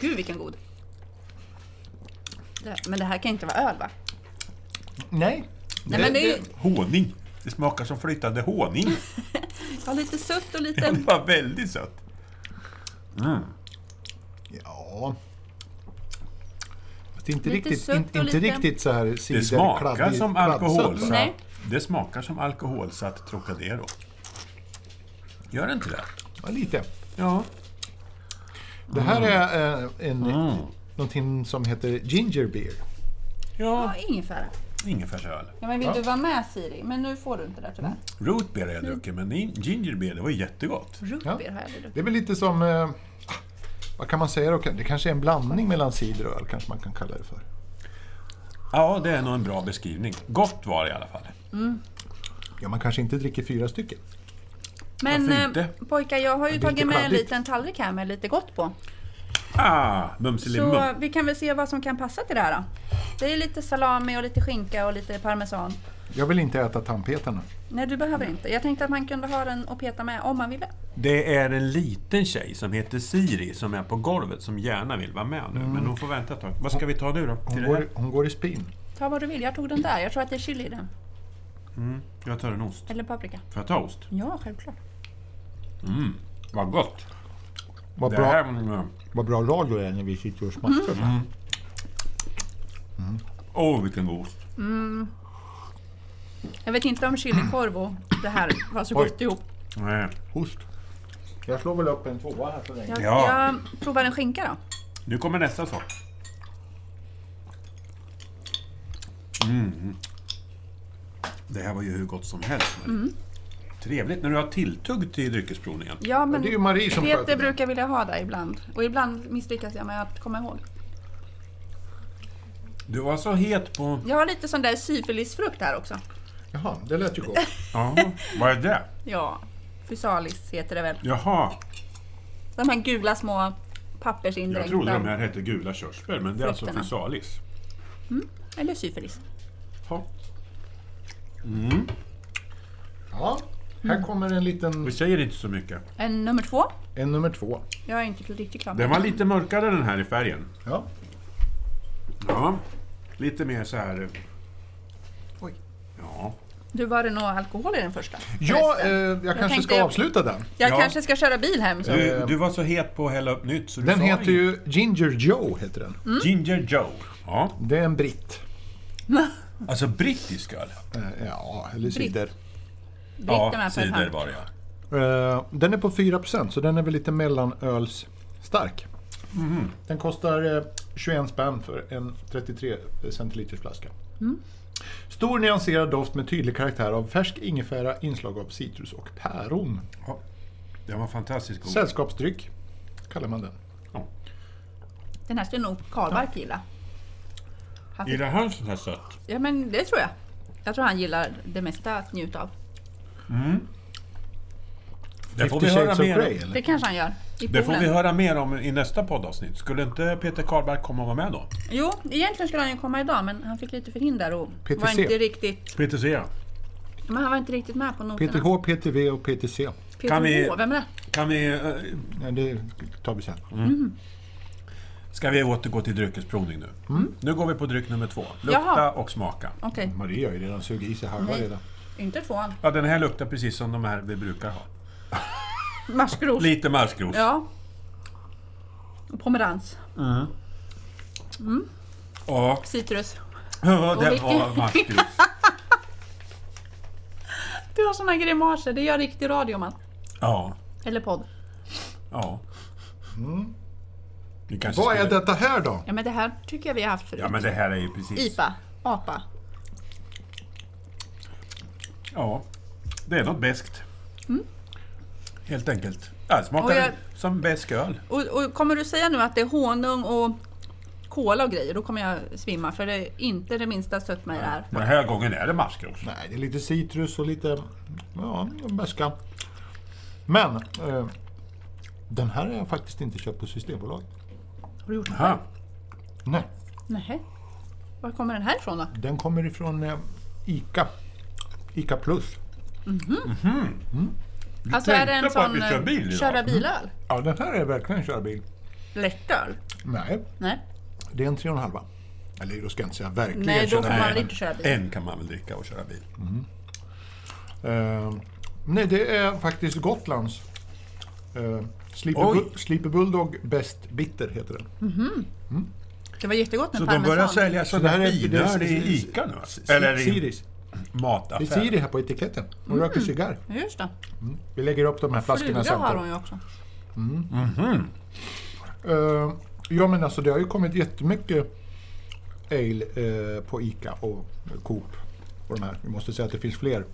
S1: Gud vilken god. Det- Men det här kan inte vara öl va?
S3: Nej.
S1: Nej, men det är ju
S2: Honung! Det smakar som flytande honung.
S1: ja, lite sött och
S2: Det
S1: lite...
S2: var väldigt sött. Mm.
S3: Ja. Fast inte
S1: Lite
S3: riktigt,
S1: sött
S3: in,
S1: och
S3: inte
S1: lite-
S3: riktigt så här
S2: Det
S3: cider,
S2: smakar
S3: kladdig-
S2: som
S3: kladdsatt,
S2: alkoholsatt.
S3: va?
S1: Nej.
S2: Det smakar som alkoholsatt Trocadero. Gör det inte det?
S3: Ja, lite.
S2: Ja.
S3: Det här
S2: Mm.
S3: är eh, en, någonting som heter ginger beer.
S1: Ja,
S2: Ja,
S1: ingefära.
S2: ingefärsöl.
S1: Ja, men vill du vara med Siri? Men nu får du inte det tyvärr.
S2: Root beer har jag druckit, men in- ginger beer, det var ju jättegott.
S3: Ja.
S1: Rootbeer har jag aldrig druckit.
S3: Det är väl lite som... Eh, vad kan man säga då? Det kanske är en blandning mellan cider och öl, kanske man kan kalla det för.
S2: Ja, det är nog en bra beskrivning. Gott var det i alla fall.
S3: Ja, man kanske inte dricker fyra stycken.
S1: Men
S2: Varför inte?
S1: eh, pojkar, jag har ju
S3: det är
S1: tagit
S3: lite
S1: med en
S3: kladdigt.
S1: liten tallrik här med lite gott på.
S2: Ah, mumselimum.
S1: Så eh, vi kan väl se vad som kan passa till det här då. Det är lite salami och lite skinka och lite parmesan.
S3: Jag vill inte äta tandpetarna.
S1: Nej, du behöver
S3: Mm.
S1: inte. Jag tänkte att man kunde ha den och peta med om man ville.
S2: Det är en liten tjej som heter Siri som är på golvet som gärna vill vara med nu. Men hon får vänta ett tag. Vad ska vi ta nu då? Till
S3: Mm. Hon,
S2: det här?
S3: går, hon går i spin.
S1: Ta vad du vill. Jag tog den där. Jag tror att det är chili i den.
S2: Jag tar en ost.
S1: Eller paprika.
S2: Får jag ta ost?
S1: Ja, självklart.
S2: Vad gott!
S3: Vad
S2: Det här,
S3: bra,
S2: mm,
S3: vad bra radio det är när vi sitter och smaskar.
S1: Mm.
S2: åh vilken god ost!
S1: Jag vet inte om chilikorv och det här var så
S3: Oj.
S1: gott ihop.
S2: Nej.
S3: Ost. Jag slår väl upp en tvåa här så länge.
S1: Jag,
S2: Ja.
S1: jag provar en skinka då.
S2: Nu kommer nästa sak. Mm. Det här var ju hur gott som helst. men-
S3: Mm.
S2: Trevligt när du har tilltugg till dryckesprovningen.
S1: Ja, men
S3: Det är ju Marie som sköter
S1: Peter
S3: det.
S1: brukar vilja ha det ibland. Och ibland misslyckas jag med att komma ihåg.
S2: Du var så het på...
S1: Jag har lite sån där syfilisfrukt här också.
S3: Jaha, det lät ju gott.
S2: Ja, vad är det?
S1: Ja, fysalis heter det väl.
S2: Jaha,
S1: De här gula små pappersindränkta.
S2: jag trodde de här hette gula körsbär, men det är alltså
S1: Frukterna.
S2: fysalis.
S1: Eller syfilis.
S2: Ja.
S3: Ja, här
S1: Mm.
S3: kommer en
S2: Vi
S3: liten...
S2: säger inte så mycket.
S1: En nummer två.
S3: En nummer två.
S1: Jag är inte riktigt klar.
S2: Den var lite mörkare den här i färgen.
S3: Ja.
S2: Ja, lite mer så här... eh,
S3: Oj.
S2: Ja.
S1: Du, var det någon alkohol i den första?
S3: Ja, eh,
S1: Förresten.
S3: jag, kanske
S1: tänkte-
S3: ska avsluta den.
S1: jag
S2: ja.
S1: kanske ska köra bil hem. Så.
S2: Du, du var så het på att hälla upp nytt så du
S3: eh, Den
S2: sa
S3: heter
S2: inget.
S3: ju Mm. Ginger Joe. Heter den.
S1: Mm.
S2: Ginger Joe. Ja.
S3: Det är en britt.
S2: Alltså brittisk öl.
S3: Eh, Ja, eller cider.
S1: Britterna för
S2: cider
S1: fan.
S2: var det ja.
S3: Eh, Den är på 4 så den är väl lite mellanölsstark. Den kostar eh, 21 spänn för en 33 centiliters flaska.
S1: Mm.
S3: Stor nyanserad doft med tydlig karaktär av färsk ingefära, inslag av citrus och päron.
S2: ja. Den var fantastiskt god.
S3: Sällskapsdryck kallar man den.
S2: Ja.
S1: Den här skulle nog Karlmark gilla. Han fick,
S2: Gillar han sånt här sött?
S1: ja, men det tror jag. Jag tror han gillar det mesta att njuta av.
S2: Det får, vi
S3: Fifty
S2: höra
S3: Shades of
S2: mer
S3: Grey,
S2: om.
S3: eller?
S1: Det kanske han gör. I
S2: det får vi
S1: poolen.
S2: höra mer om i nästa poddavsnitt. Skulle inte Peter Karlberg komma och vara med då?
S1: Jo, egentligen skulle han ju komma idag men han fick lite förhinder och var
S3: PTC.
S1: inte riktigt,
S2: Peter ser.
S1: men han var inte riktigt med på noterna.
S3: PTH, PTV och PTC.
S1: Peter
S2: Kan vi-
S1: H, vem är det?
S2: Kan vi... eh,
S3: Ja, det tar vi sen.
S2: Ska vi återgå till dryckesprovning nu? Nu går vi på dryck nummer två. Lukta
S1: Mm. Jaha.
S2: och smaka.
S1: Okej,
S3: Mm, Maria har ju redan sugit i sig halva
S1: Nej.
S3: redan.
S1: inte tvåan.
S2: Ja, den här luktar precis som de här vi brukar ha.
S1: Maskros.
S2: Lite maskros.
S1: Ja. Och pomerans.
S2: Ja,
S1: Citrus.
S2: ja det
S1: vilken-
S2: var Martin.
S1: Du har såna grimaser, det gör riktig radio man.
S2: Ja,
S1: Eller podd.
S2: ja. Vi kanske
S3: Mm. Vad är
S2: skulle-
S3: detta här då?
S1: Ja men det här tycker jag vi har haft förut.
S2: Ja, men det här är ju precis...
S1: IPA. APA.
S2: Ja, det är något beskt. Helt enkelt. Ja, det
S1: Mm. Och
S2: smakar
S1: jag-
S2: som besk öl.
S1: Och, och kommer du säga nu att det är honung och kola och grejer, då kommer jag svimma. För det är inte det minsta sött mig i det här.
S2: Den här gången är det maskros.
S3: Nej, det är lite citrus och lite ja, beska. Men eh, den här har jag faktiskt inte köpt på Systembolaget.
S1: Har du gjort det
S2: Aha.
S3: Nej,
S1: Nej. Var kommer den här ifrån då?
S3: den kommer ifrån eh, Ica. Ica Plus.
S1: Alltså är det en
S2: tänkte på att
S1: sån
S2: vi kör bil idag. Mm.
S1: köra bilöl?
S3: Ja, den här är verkligen körbil.
S1: Lättöl?
S3: Nej,
S1: Nej.
S3: det är en 3,5. Eller då ska jag inte säga verkligen.
S1: Nej, då
S3: så den
S1: får
S3: här-
S1: man väl inte köra bil.
S2: En kan man väl dricka och köra bil.
S3: Eh, nej, det är faktiskt Gotlands. Eh, Sleeper,
S2: Oj.
S3: Bu- Sleeper Bulldog Best Bitter heter den.
S1: Det var jättegott med
S2: Så de
S1: parmesan.
S2: börjar sälja
S3: det här
S2: sådana
S3: är- det är-
S2: finöl i ICA
S3: S-
S2: nu? alltså? Eller i Mm.
S3: Siris. Det är
S2: mataffär?
S3: Siri här på etiketten. Hon röker cigarr.
S1: Just det.
S3: Vi lägger upp de här flaskorna
S1: Fluga
S3: sen.
S1: har
S3: på-
S1: hon ju också.
S3: Eh, ja, men alltså det har ju kommit jättemycket ale eh, på ICA och Coop och de här. Vi måste säga att det finns fler.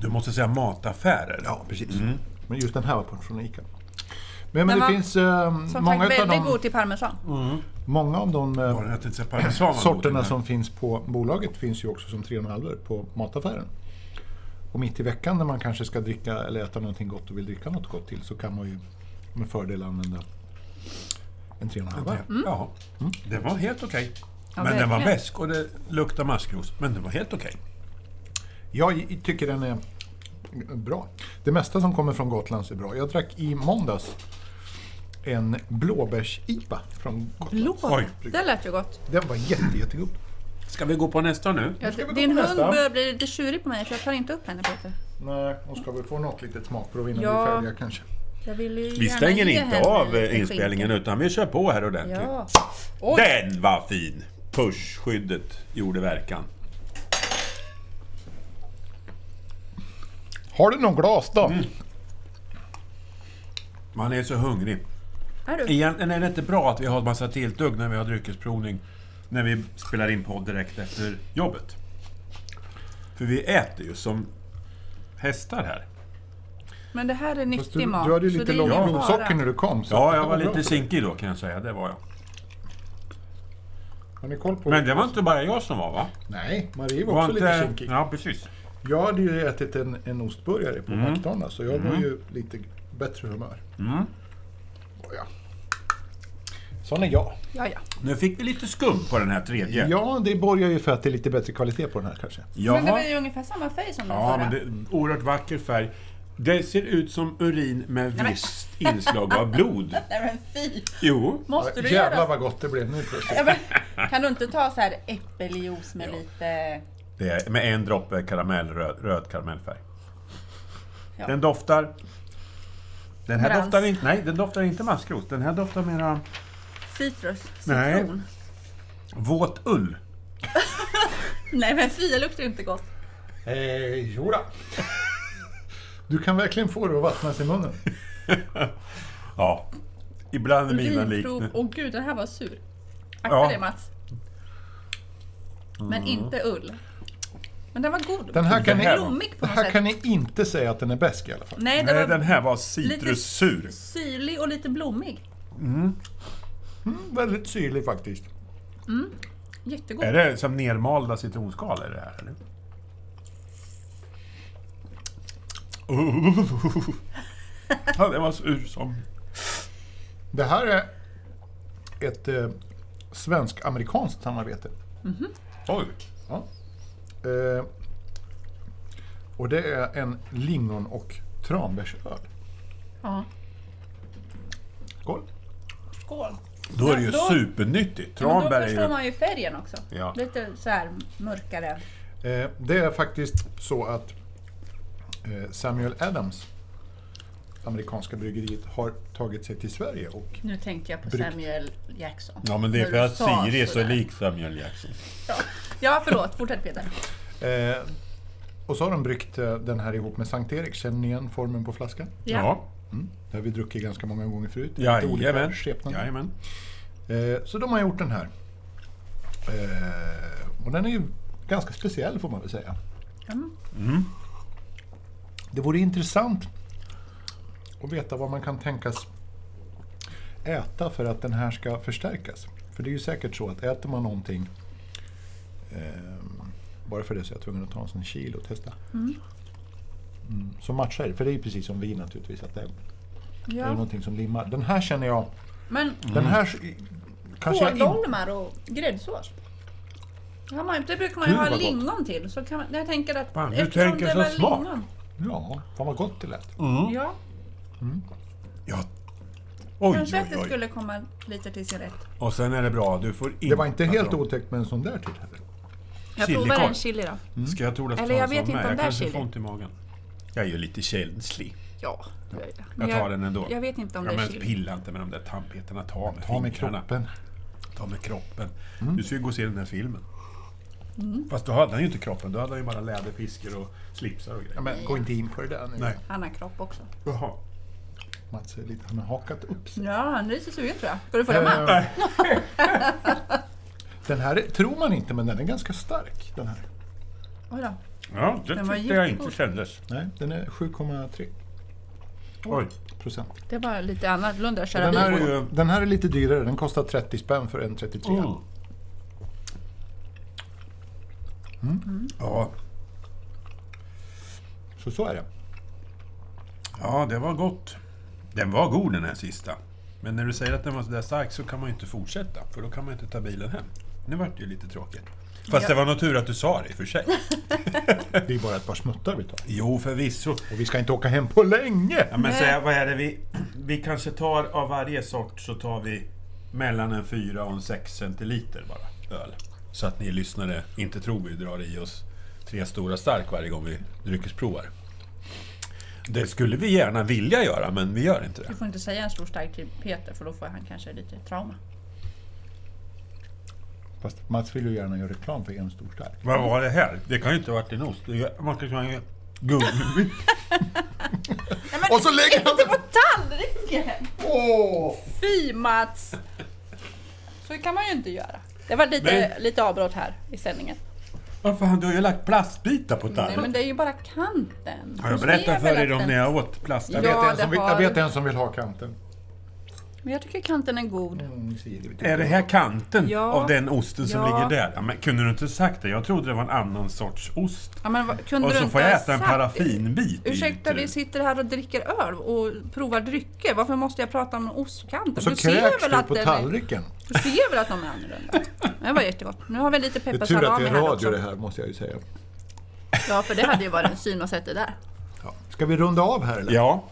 S2: Du måste säga mataffärer.
S3: Ja, precis.
S2: Mm.
S3: Men just den här var på- från ICA. Men, men
S1: Den
S3: det
S1: var-
S3: finns eh,
S1: Som
S3: många,
S1: tack
S3: utav
S1: väldigt
S3: de,
S1: god till parmesan.
S3: många av de eh,
S2: Var det att det inte är parmesan man åt
S3: sorterna
S2: den här?
S3: som finns på bolaget finns ju också som 3,5 på mataffären. Och mitt i veckan när man kanske ska dricka eller äta någonting gott och vill dricka något gott till så kan man ju med fördel använda en 3,5.
S2: Ja, Mm.
S3: Mm.
S2: det var helt okej.
S1: Mm. Ja,
S2: men den var
S1: verkligen.
S2: besk och det luktade maskros. Men den var helt okej.
S3: Jag i- tycker den är bra. Det mesta som kommer från Gotlands är bra. Jag drack i måndags en blåbärs-IPA från Gotland.
S1: Blå.
S2: Oj.
S1: Det lät ju gott.
S3: Den var jätte, jättegod.
S2: Ska vi gå på nästa nu?
S1: Jag,
S3: ska vi gå
S1: din
S3: på
S1: hund
S3: nästa.
S1: börjar bli lite tjurig på mig för jag tar inte upp henne Peter.
S3: Nej, och ska vi få något litet smakprov innan
S1: Ja.
S3: vi är färdiga kanske?
S1: Jag vill ju
S2: Vi
S1: gärna
S2: stänger
S1: ge
S2: inte
S1: henne
S2: av
S1: lite
S2: eh, inspelningen utan vi kör på här
S1: skinka.
S2: ordentligt.
S1: Ja.
S2: Den var fin! Pushskyddet gjorde verkan.
S3: Har du någon glas då?
S2: Man är så hungrig.
S1: Är du?
S2: Egentligen är det inte bra att vi har en massa tilltugg när vi har dryckesprovning. När vi spelar in podd direkt efter jobbet. För vi äter ju som hästar här.
S1: Men det här är
S3: Fast
S1: nyttig
S3: Du, du
S1: mat.
S3: hade ju
S1: så
S3: lite
S1: det är ingen
S3: lågt
S1: fara.
S3: blodsocker när du kom. så
S2: Ja,
S3: det
S2: jag var
S3: bra.
S2: lite sinkig då kan jag säga. Det var jag.
S3: Har ni koll på
S2: Men det var inte bara jag som var va?
S3: Nej, Marie
S2: Det
S3: var
S2: var
S3: också lite kinkig.
S2: Ja, precis.
S3: Jag hade ju ätit en, en ostburgare på
S2: Mm.
S3: McDonalds så jag var ju lite bättre humör. Oh, ja. Sån är jag.
S1: Ja, ja.
S2: Nu fick vi lite skum på den här tredje.
S3: Ja, det borgar ju för att det är lite bättre kvalitet på den här kanske.
S1: Men det
S2: Jaha.
S1: var ju ungefär samma färg som den
S2: Ja,
S1: förra.
S2: men det är en oerhört vacker färg. Det ser ut som urin med visst inslag av blod.
S1: Nej men fy!
S2: Jo.
S1: Måste du
S3: Jävlar
S1: göra?
S3: vad gott det blev nu plötsligt.
S1: Ja, men, kan du inte ta så här äppeljuice med lite...
S2: Det är med en droppe karamell, röd, röd karamellfärg.
S1: Ja.
S2: Den doftar... Den här
S1: Brans.
S2: doftar inte... Nej, den doftar inte maskros. Den här doftar mera
S1: Citrus,
S2: Nej.
S1: citron.
S2: våt ull.
S1: Nej men fy, det luktar inte gott.
S3: Eh, jodå. Du kan verkligen få det att vattnas i munnen.
S2: Ja. Ibland är mina
S1: Vinprov.
S2: liknande.
S1: Åh gud, den här var sur. Akta
S2: Ja.
S1: dig Mats. Men inte ull. Men den var god.
S3: Mm. Den här kan,
S2: Den här
S3: ni,
S2: var-
S1: Blommig på
S3: den
S1: något
S3: här
S1: sätt.
S3: kan ni inte säga att den är besk i alla fall.
S1: Nej, den
S2: Nej,
S1: var
S2: den här var
S1: lite
S2: citrussur.
S1: syrlig och lite blommig.
S3: Mm, väldigt syrlig faktiskt.
S1: Jättegod.
S2: Är det som nermalda citronskal? Är det här, eller? Ja, det var sur som...
S3: Det här är ett eh, svensk-amerikanskt samarbete.
S2: Oj!
S3: Ja. Eh, och det är en lingon och tranbärsöl.
S1: Ja.
S3: Skål!
S1: Skål.
S2: Då är det ju
S1: Ja, då-
S2: supernyttigt.
S1: Men då
S2: Tranbär är
S1: förstår
S2: ju...
S1: man ju färgen också.
S2: Ja.
S1: Lite så här mörkare.
S3: Eh, det är faktiskt så att eh, Samuel Adams amerikanska bryggeriet har tagit sig till Sverige. Och
S1: Nu tänkte jag på
S3: Bryggt.
S1: Samuel Jackson.
S2: Ja, men det är
S1: När
S2: för
S1: du
S2: att
S1: sa
S2: Siri är så
S1: sådär.
S2: lik Samuel Jackson.
S1: Ja. ja, förlåt. Fortsätt Peter.
S3: Eh, och så har de bryggt eh, den här ihop med Sankt Erik. Känner ni igen formen på flaskan?
S1: Ja.
S3: Mm. Det har vi druckit ganska många gånger förut. i
S2: Ja,
S3: lite olika
S2: jajamän.
S3: skepnader.
S2: Jajamän.
S3: Eh, så de har gjort den här. Eh, och den är ju ganska speciell får man väl säga.
S1: Mm.
S3: Det vore intressant att veta vad man kan tänkas äta för att den här ska förstärkas. För det är ju säkert så att äter man någonting, eh, bara för det så är jag tvungen att ta en sån kilo och testa. Mm, så matchar det, för det är ju precis som vin naturligtvis, att det är, det är
S1: ja.
S3: någonting som limmar. Den här känner jag,
S1: Men
S3: den här kanske jag inte...
S1: kåldolmar och gräddsås. Det har man, ju- det brukar man ju
S3: Gud,
S1: ha
S3: vad gott.
S1: lingon till. Så kan man, jag tänker att
S2: Fan, du
S1: eftersom
S2: tänker
S1: det
S2: så
S1: var
S2: smart.
S1: lingon.
S3: Ja, fan vad gott det lät.
S2: Mm.
S1: Ja,
S2: Ja. Oj,
S1: kanske
S2: oj,
S1: att det
S2: oj.
S1: skulle komma lite till sin rätt.
S2: Och sen är det bra, du får inte...
S3: Det var inte helt otäckt med en sån där till heller.
S1: Jag
S2: Chili
S1: provar
S2: korv.
S1: en chili då.
S2: Ska jag tordas
S1: Eller jag vet inte om
S2: Jag
S1: det är
S2: kanske
S1: chili.
S2: får ont i magen. Jag är ju lite känslig.
S1: Ja, det är det. Men
S2: Jag tar den ändå.
S1: Jag vet inte om
S2: ja,
S1: det är
S2: men
S1: chili.
S2: pilla inte med de där tandpetarna. Ta med
S3: Ta med
S2: fingrarna.
S3: kroppen. Mm.
S2: Ta med kroppen. Du ska ju gå och se den här filmen.
S1: Mm.
S2: Fast då hade han ju inte kroppen. Då hade han ju bara läderpiskor och slipsar och grejer.
S3: Ja, men gå inte in på det där nu.
S2: Nej.
S1: Han har kropp också.
S2: Jaha.
S3: Mats är lite, han har hakat upp sig.
S1: Ja, han är lite sugen tror jag. Ska du följa med?
S3: Eh, den här är- tror man inte, men den är ganska stark. Den, här.
S1: Oj då.
S2: Ja, det
S1: Den var
S2: tyckte jag
S1: jättegod.
S2: inte kändes.
S3: Nej, den är 7,3
S2: Oj.
S3: procent.
S1: Det var lite annorlunda
S3: Den här,
S1: cherabin.
S2: ju-
S3: är, den här är lite dyrare, den kostar 30 spänn för en 33.
S2: Mm. Mm. Ja.
S3: Så så är det.
S2: ja, det var gott. Den var god den här sista. Men när du säger att den var sådär stark så kan man ju inte fortsätta. För då kan man ju inte ta bilen hem. Nu vart det ju lite tråkigt. Fast det var nog tur att du sa det i och för sig.
S3: Det är bara ett par smuttar vi tar.
S2: Jo, förvisso.
S3: Och vi ska inte åka hem på länge!
S2: Ja, men
S1: Nej.
S2: säga, vad är det vi... Vi kanske tar av varje sort så tar vi mellan en 4 och en 6 centiliter bara öl. Så att ni lyssnare inte tror vi drar i oss tre stora stark varje gång vi dryckesprovar. Det skulle vi gärna vilja göra, men vi gör inte det.
S1: Du får inte säga en stor stark till Peter för då får han kanske lite trauma.
S3: Fast Mats vill ju gärna göra reklam för en stor stark.
S2: Vad var det här? Det kan ju inte ha varit en ost. Det är- Man kan ju ha en gummi.
S3: Och så lägger han
S1: Inte på tallriken!
S3: Åh!
S1: Fy Mats! Så kan man ju inte göra. Det var lite,
S2: Men-
S1: lite avbrott här i sändningen.
S2: Vad fan, du har ju lagt plastbitar på
S1: Nej, men
S2: tallriken.
S1: det är ju bara kanten.
S2: Har jag
S1: Du ser
S2: berättat för
S1: väl
S2: er
S1: att
S2: om
S1: den-
S2: när jag åt plast?
S3: Jag,
S1: Ja,
S3: vet en
S1: det
S3: som vill, Alltså, jag
S1: har-
S3: vet en som vill ha kanten.
S1: Men jag tycker kanten är god.
S3: Mm, Siri, vi tycker
S2: Är det här kanten
S1: Ja.
S2: av den osten som
S1: Ja.
S2: ligger där? Ja, men kunde du inte sagt det? Jag trodde det var en annan sorts ost.
S1: Ja, men vad- kunde
S2: Och
S1: du
S2: så
S1: inte
S2: får jag
S1: ha
S2: äta en
S1: sagt-
S2: paraffinbit. i typ.
S1: Ursäkta, vi
S2: ytterligare.
S1: sitter här och dricker öl och provar drycker. Varför måste jag prata om ostkanten?
S3: Och så
S1: du
S3: kräks
S1: ser väl
S3: du
S1: att
S3: på
S1: den är,
S3: tallriken.
S1: Du ser väl att de är annorlunda? Det var jättegott. Nu har vi lite
S3: Det är tur att
S1: pepparsalami
S3: det är
S1: här
S3: radio
S1: också.
S3: det här, måste jag ju säga.
S1: Ja, för det hade ju varit en syn att sett det där.
S3: Ja. Ska vi runda av här eller?
S2: Ja,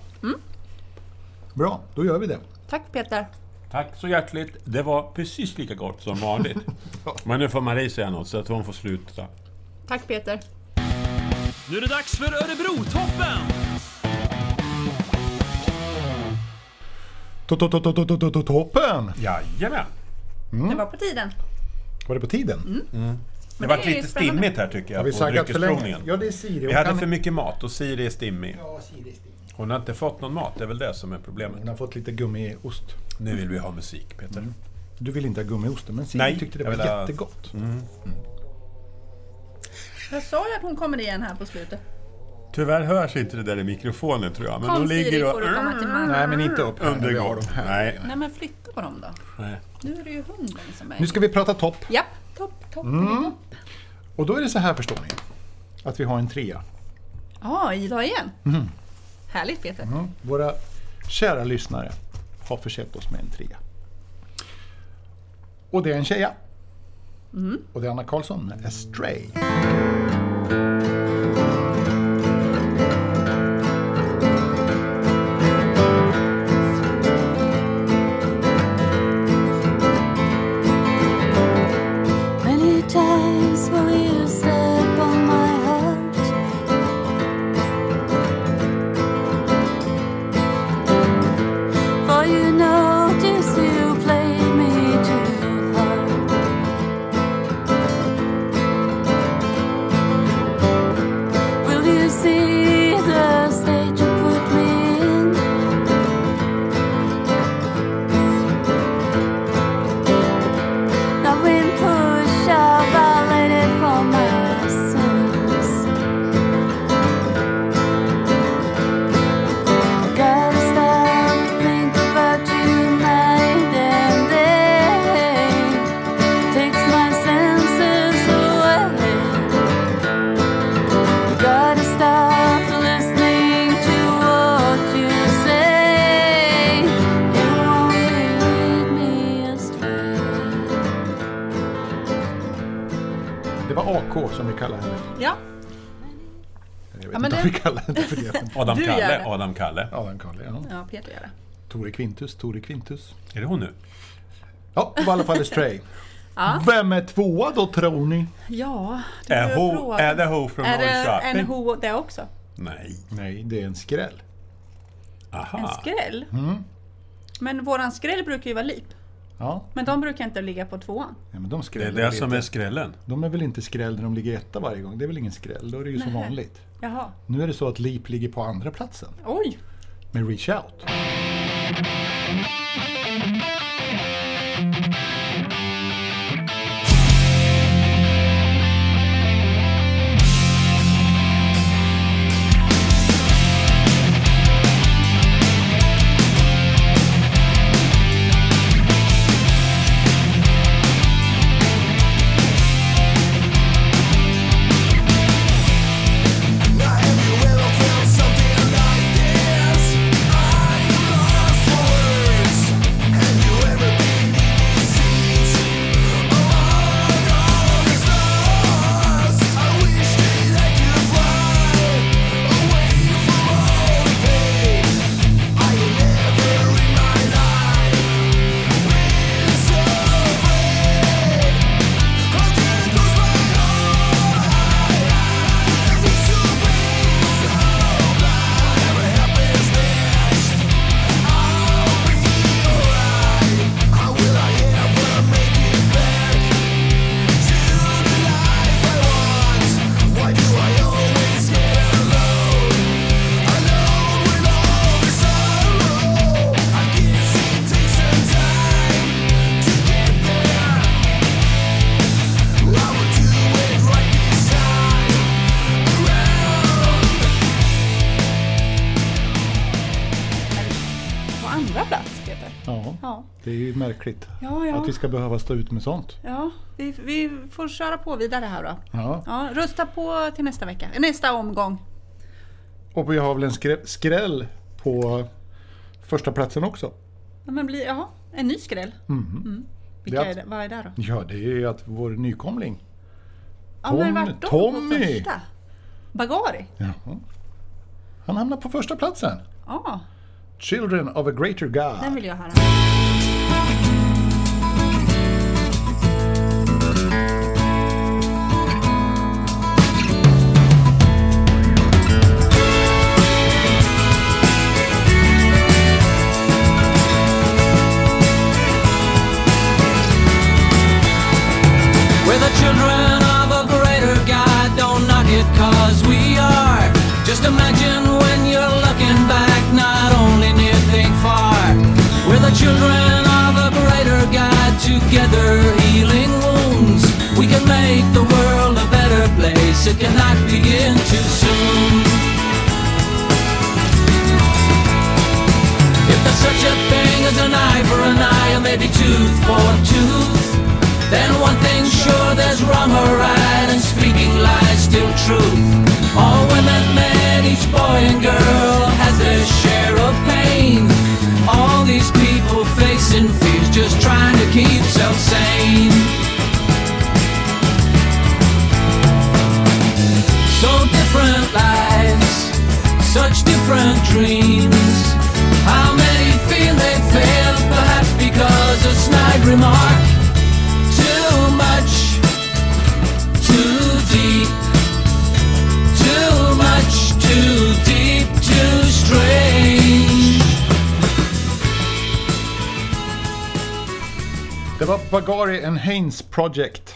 S3: Bra, då gör vi det.
S1: Tack Peter.
S2: tack så hjärtligt. Det var precis lika gott som vanligt. Men nu får Marie säga något så att hon får sluta.
S1: Tack Peter.
S5: Nu är det dags för Örebro-toppen!
S3: To- to- to- to- to- to- to- Toppen!
S2: Jajamän!
S1: Det var på tiden.
S3: Var Mm. det på tiden?
S1: Mm.
S2: Det
S1: Men
S2: var
S1: det är
S2: lite
S1: spännande.
S2: stimmigt här tycker jag
S3: Har vi
S2: på
S3: saggat för länge?
S2: dryckesprovningen.
S3: Ja, det är Siri.
S2: Vi
S3: Hon
S2: hade
S3: kan-
S2: för mycket mat och Siri är stimmig.
S3: Ja, Siri är stilig.
S2: Hon har inte fått någon mat, det är väl det som är problemet.
S3: Hon har fått lite gummiost.
S2: Nu vill vi ha musik, Peter.
S3: Du vill inte ha gummiosten, men Siri
S2: Nej,
S3: tyckte det
S2: jag
S3: var
S2: vill ha- Mm.
S3: jättegott.
S1: Jag sa ju att hon kommer igen här på slutet.
S2: Tyvärr hörs inte det där i mikrofonen tror jag. Men
S1: Kom
S2: hon
S1: Siri
S2: ligger och...
S1: får du komma till mamma.
S3: Mm. Nej, men inte upp här när vi har
S2: Undergång.
S3: dem här.
S2: Nej.
S1: Nej men flytta på dem då.
S2: Nej.
S1: Nu är det ju hunden som är...
S3: Nu Mm. ska vi prata topp.
S1: Japp, topp, topp.
S3: Och då är det så här förstår ni. Att vi har en trea.
S1: Ja, idag igen.
S3: Mm.
S1: Härligt Peter.
S3: Våra kära lyssnare har försett oss med en trea. Och det är en tjeja.
S6: Mm.
S3: Och det är Anna Karlsson med Astray.
S7: Many times will you step on my heart?
S3: kalla henne.
S6: Ja.
S3: Jag vet
S6: men
S3: inte
S6: det-
S3: om vi kallar henne för det.
S2: Adam
S6: Du gör
S2: Kalle,
S6: det.
S2: Adam Kalle.
S3: Adam Kalle, ja.
S6: Ja, Peter gör det.
S3: Tore Quintus, Tore Quintus.
S2: Är det hon nu?
S3: Ja, det var i alla fall Stray. Vem är tvåa då tror ni?
S6: Ja, du
S2: Är, ho,
S6: frågar.
S2: är det Ho från
S6: Är det en
S2: Norrköping?
S6: ho det också?
S2: Nej.
S3: Nej, det är en skräll.
S6: En
S2: Aha.
S6: skräll?
S3: Mm.
S6: Men våran skräll brukar ju vara lip.
S3: Ja,
S6: Men de brukar inte ligga på tvåan.
S3: ja men
S2: Det
S3: de
S2: är
S3: skräller
S2: det
S3: väl
S2: som
S3: inte.
S2: är skrällen.
S3: De är väl inte skräll när de ligger etta varje gång? Det är väl ingen skräll? Då är det ju som vanligt.
S6: Jaha.
S3: Nu är det så att Leap ligger på andra platsen
S6: Oj!
S3: med Reach Out.
S6: På andra plats, Peter.
S3: Ja,
S6: Ja.
S3: det är ju märkligt
S6: Ja, ja.
S3: att vi ska behöva stå ut med sånt.
S6: ja. Vi, vi får köra på vidare här då.
S3: Ja.
S6: Ja, rösta på till nästa vecka. Nästa omgång.
S3: Och vi har väl en skrä- skräll på första platsen också.
S6: Ja, men blir, jaha, en ny skräll. Mm. Vilka
S3: Det är-
S6: är det, vad är det då?
S3: Ja, det är ju att vår nykomling.
S6: Ja, men
S3: Tom-
S6: vart då?
S3: Tommy!
S6: På första? Bagari?
S3: Jaha. Han hamnar på första platsen.
S6: Ja,
S3: Children of a greater God.
S6: den vill jag höra.
S8: We're the children of a greater God, don't knock it cause we are. Just imagine when you're looking back, not only near, think far. We're the children of a greater God, together healing wounds. We can make the world a better place, it cannot begin too soon. If there's such a thing as an eye for an eye, and maybe tooth for tooth, then one thing's sure there's wrong or right, and speaking lies still truth. All women, men, each boy and girl has their share of pain. All these people facing fears, just trying to keep self sane. So different lives, such different dreams. How many feel they fail, perhaps because a snide remark? Too much, too deep. Too much, too deep, too strange.
S3: Det var Bagari and Haynes Project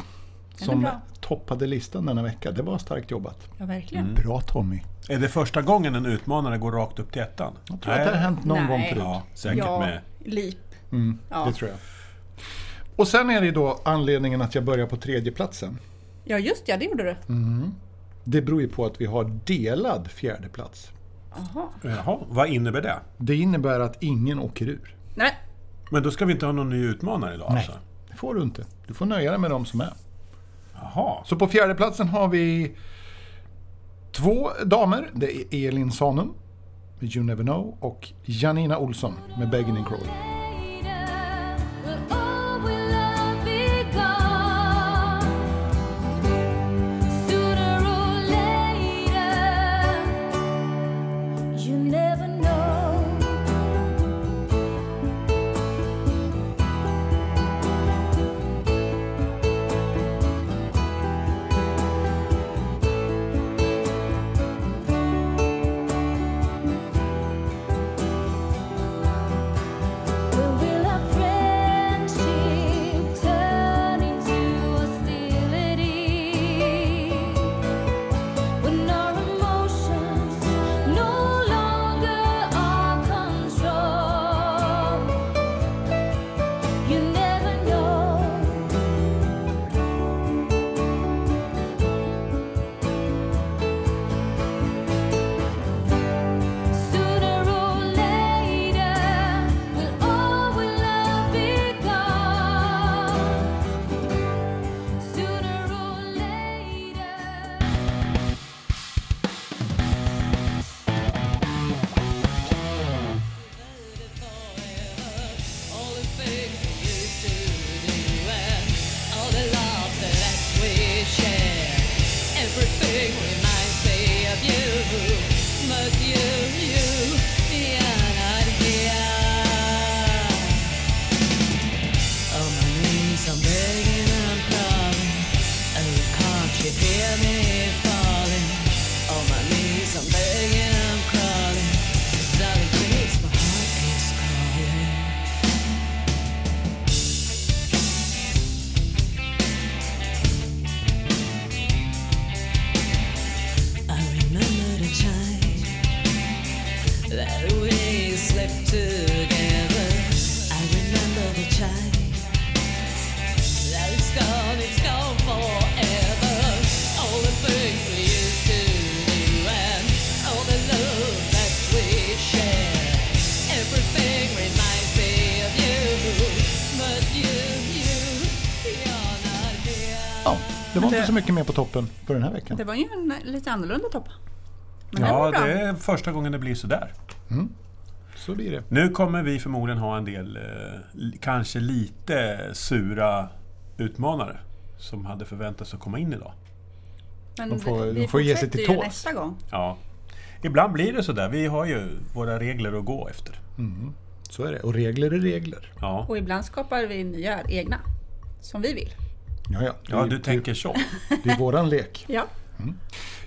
S3: som
S6: bra.
S3: toppade listan denna vecka. Det var starkt jobbat.
S6: Ja, verkligen.
S3: Bra Tommy.
S2: Är det första gången en utmanare går rakt upp till ettan?
S3: Jag tror att det har hänt någon
S6: Nej.
S3: gång förut. Mm.
S2: Ja, säkert
S6: ja,
S2: med.
S6: lip.
S3: Det
S6: Ja.
S3: tror jag. Och sen är det ju då anledningen att jag börjar på tredje platsen.
S6: ja, just ja, det gjorde du.
S3: Mm. Det beror ju på att vi har delad fjärde plats.
S2: Jaha, vad innebär det?
S3: Det innebär att ingen åker ur.
S6: Nej,
S2: Men då ska vi inte ha någon ny utmanare idag alltså?
S3: Det får du inte. Du får nöja dig med de som är.
S2: Jaha.
S3: Så på fjärde platsen har vi två damer. Det är Elin Sanum, med You Never Know, och Janina Olsson med Begging and Crawling.
S7: Will all be gone? Sooner
S9: Oh, Oh, that we slept together. I remember the time. Now it's gone, it's gone forever. All the things we used to do and all the love that we shared. Everything reminds me of you, but you, you, you're not here.
S3: Ja, det var inte så mycket mer på toppen för den här veckan.
S1: Det var ju en eh, lite annorlunda topp. Men den
S2: Ja,
S1: var bra.
S2: det är första gången det blir sådär.
S3: Så blir det.
S2: Nu kommer vi förmodligen ha en del, eh, li- kanske lite sura utmanare som hade förväntat sig att komma in idag.
S1: Men
S3: de får-
S1: vi
S3: de får ge sig
S1: fortsätter
S3: till
S1: ju
S3: tåls.
S1: nästa gång.
S2: Ja. Ibland blir det sådär. Vi har ju våra regler att gå efter.
S3: Så är det. Och regler är regler.
S2: Ja,
S1: Och ibland skapar vi nya egna. Som vi vill.
S3: Ja, ja. Det,
S2: ja
S3: är-
S2: du tänker så.
S3: det, det är våran lek.
S1: Ja.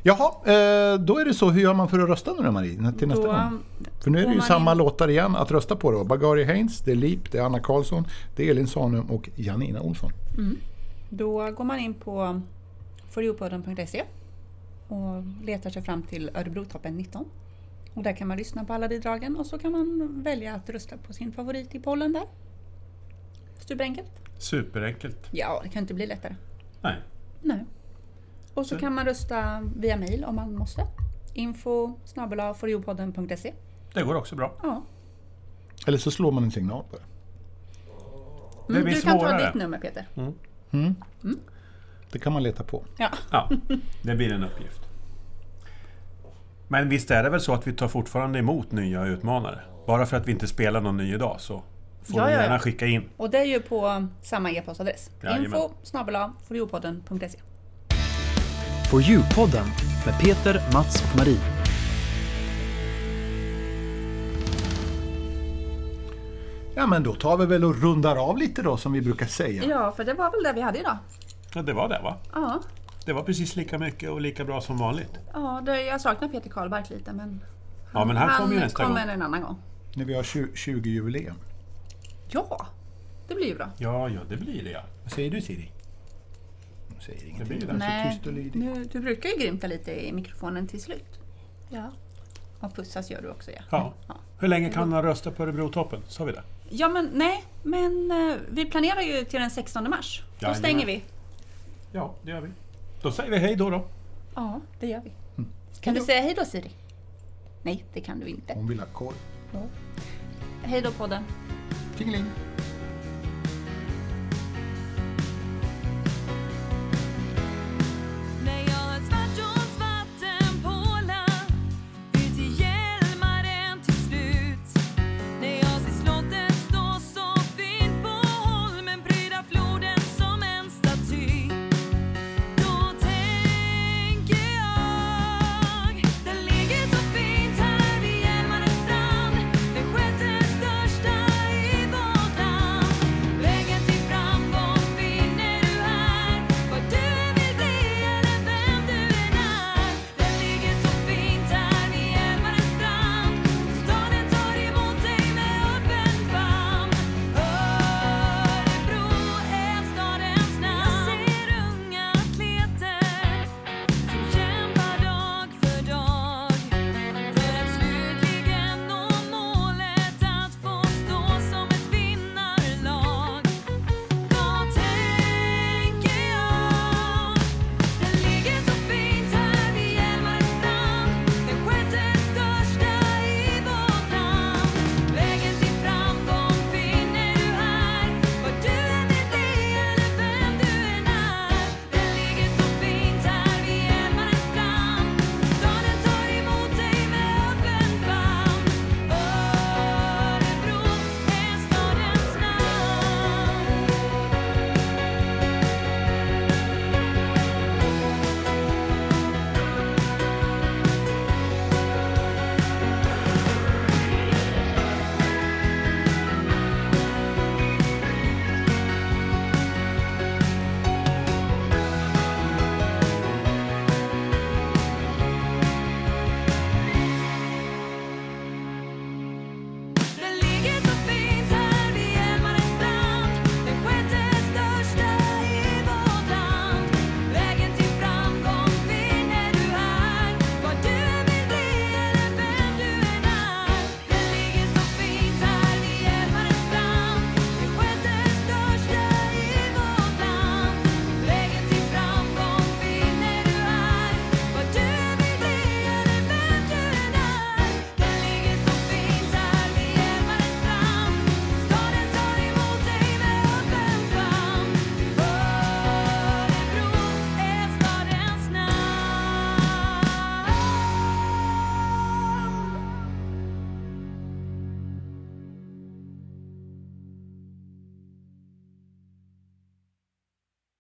S3: Jaha, eh, då är det så. Hur gör man för att rösta nu då Marie? Till nästa
S1: Då-
S3: gång? För nu är
S1: går
S3: det ju
S1: man
S3: samma
S1: in-
S3: låtar igen att rösta på då. Bagari Heinz, det är Lip, det är Anna Karlsson, det är Elin Sanum och Janina Olsson.
S1: Då går man in på foryopodden.se och letar sig fram till Örebrotoppen 19. Och där kan man lyssna på alla bidragen och så kan man välja att rösta på sin favorit i pollen där. Superenkelt.
S2: Superenkelt.
S1: Ja, det kan inte bli lättare.
S2: Nej.
S1: Nej. Och så kan man rösta via mail om man måste. Info snabel-a
S2: Det går också bra.
S1: Ja.
S3: Eller så slår man en signal på det.
S2: Det
S1: Mm,
S2: blir
S1: du kan ta
S2: svårare. Mm.
S1: ditt nummer Peter.
S3: Det kan man leta på.
S1: Ja.
S2: Ja, det blir en uppgift. Men visst är det väl så att vi tar fortfarande emot nya utmanare? Bara för att vi inte spelar någon ny idag så får
S1: Ja,
S2: ni
S1: ja, ja.
S2: gärna skicka in.
S1: Och det är ju på samma e-postadress.
S2: Jajamän.
S1: Info snabel-a foryopodden.se.
S4: På Djurpodden med Peter, Mats och Marie.
S3: Ja, men då tar vi väl och rundar av lite då som vi brukar säga.
S1: Ja, för det var väl det vi hade idag.
S2: Ja, det var det va?
S1: Ja,
S2: Det var precis lika mycket och lika bra som vanligt.
S1: ja det, jag saknar Peter Karlmark lite men
S2: Ja, men han kommer ju nästa gång.
S1: kommer en annan gång.
S3: När vi har 20-jubileum.
S1: Ja, det blir ju bra.
S2: Ja, ja, det blir det ja. Vad säger du Siri?
S3: Säger
S2: Det
S3: ingenting.
S2: blir det.
S3: Så tyst och lydig.
S1: nu, du brukar ju grymta lite i mikrofonen till slut. Ja. Och pussas gör du också ja.
S2: Ja. Hur länge kan man rösta på Örebrotoppen? Sa vi det?
S1: Ja men nej, men eh, vi planerar ju till den 16 mars. Då
S2: Jajamän.
S1: stänger vi.
S2: Ja, det gör vi. Då säger vi hej då då.
S1: Ja, det gör vi. Kan du säga hej då Siri? Nej, det kan du inte.
S3: Hon vill ha koll.
S1: Hej då podden.
S3: Tingeling!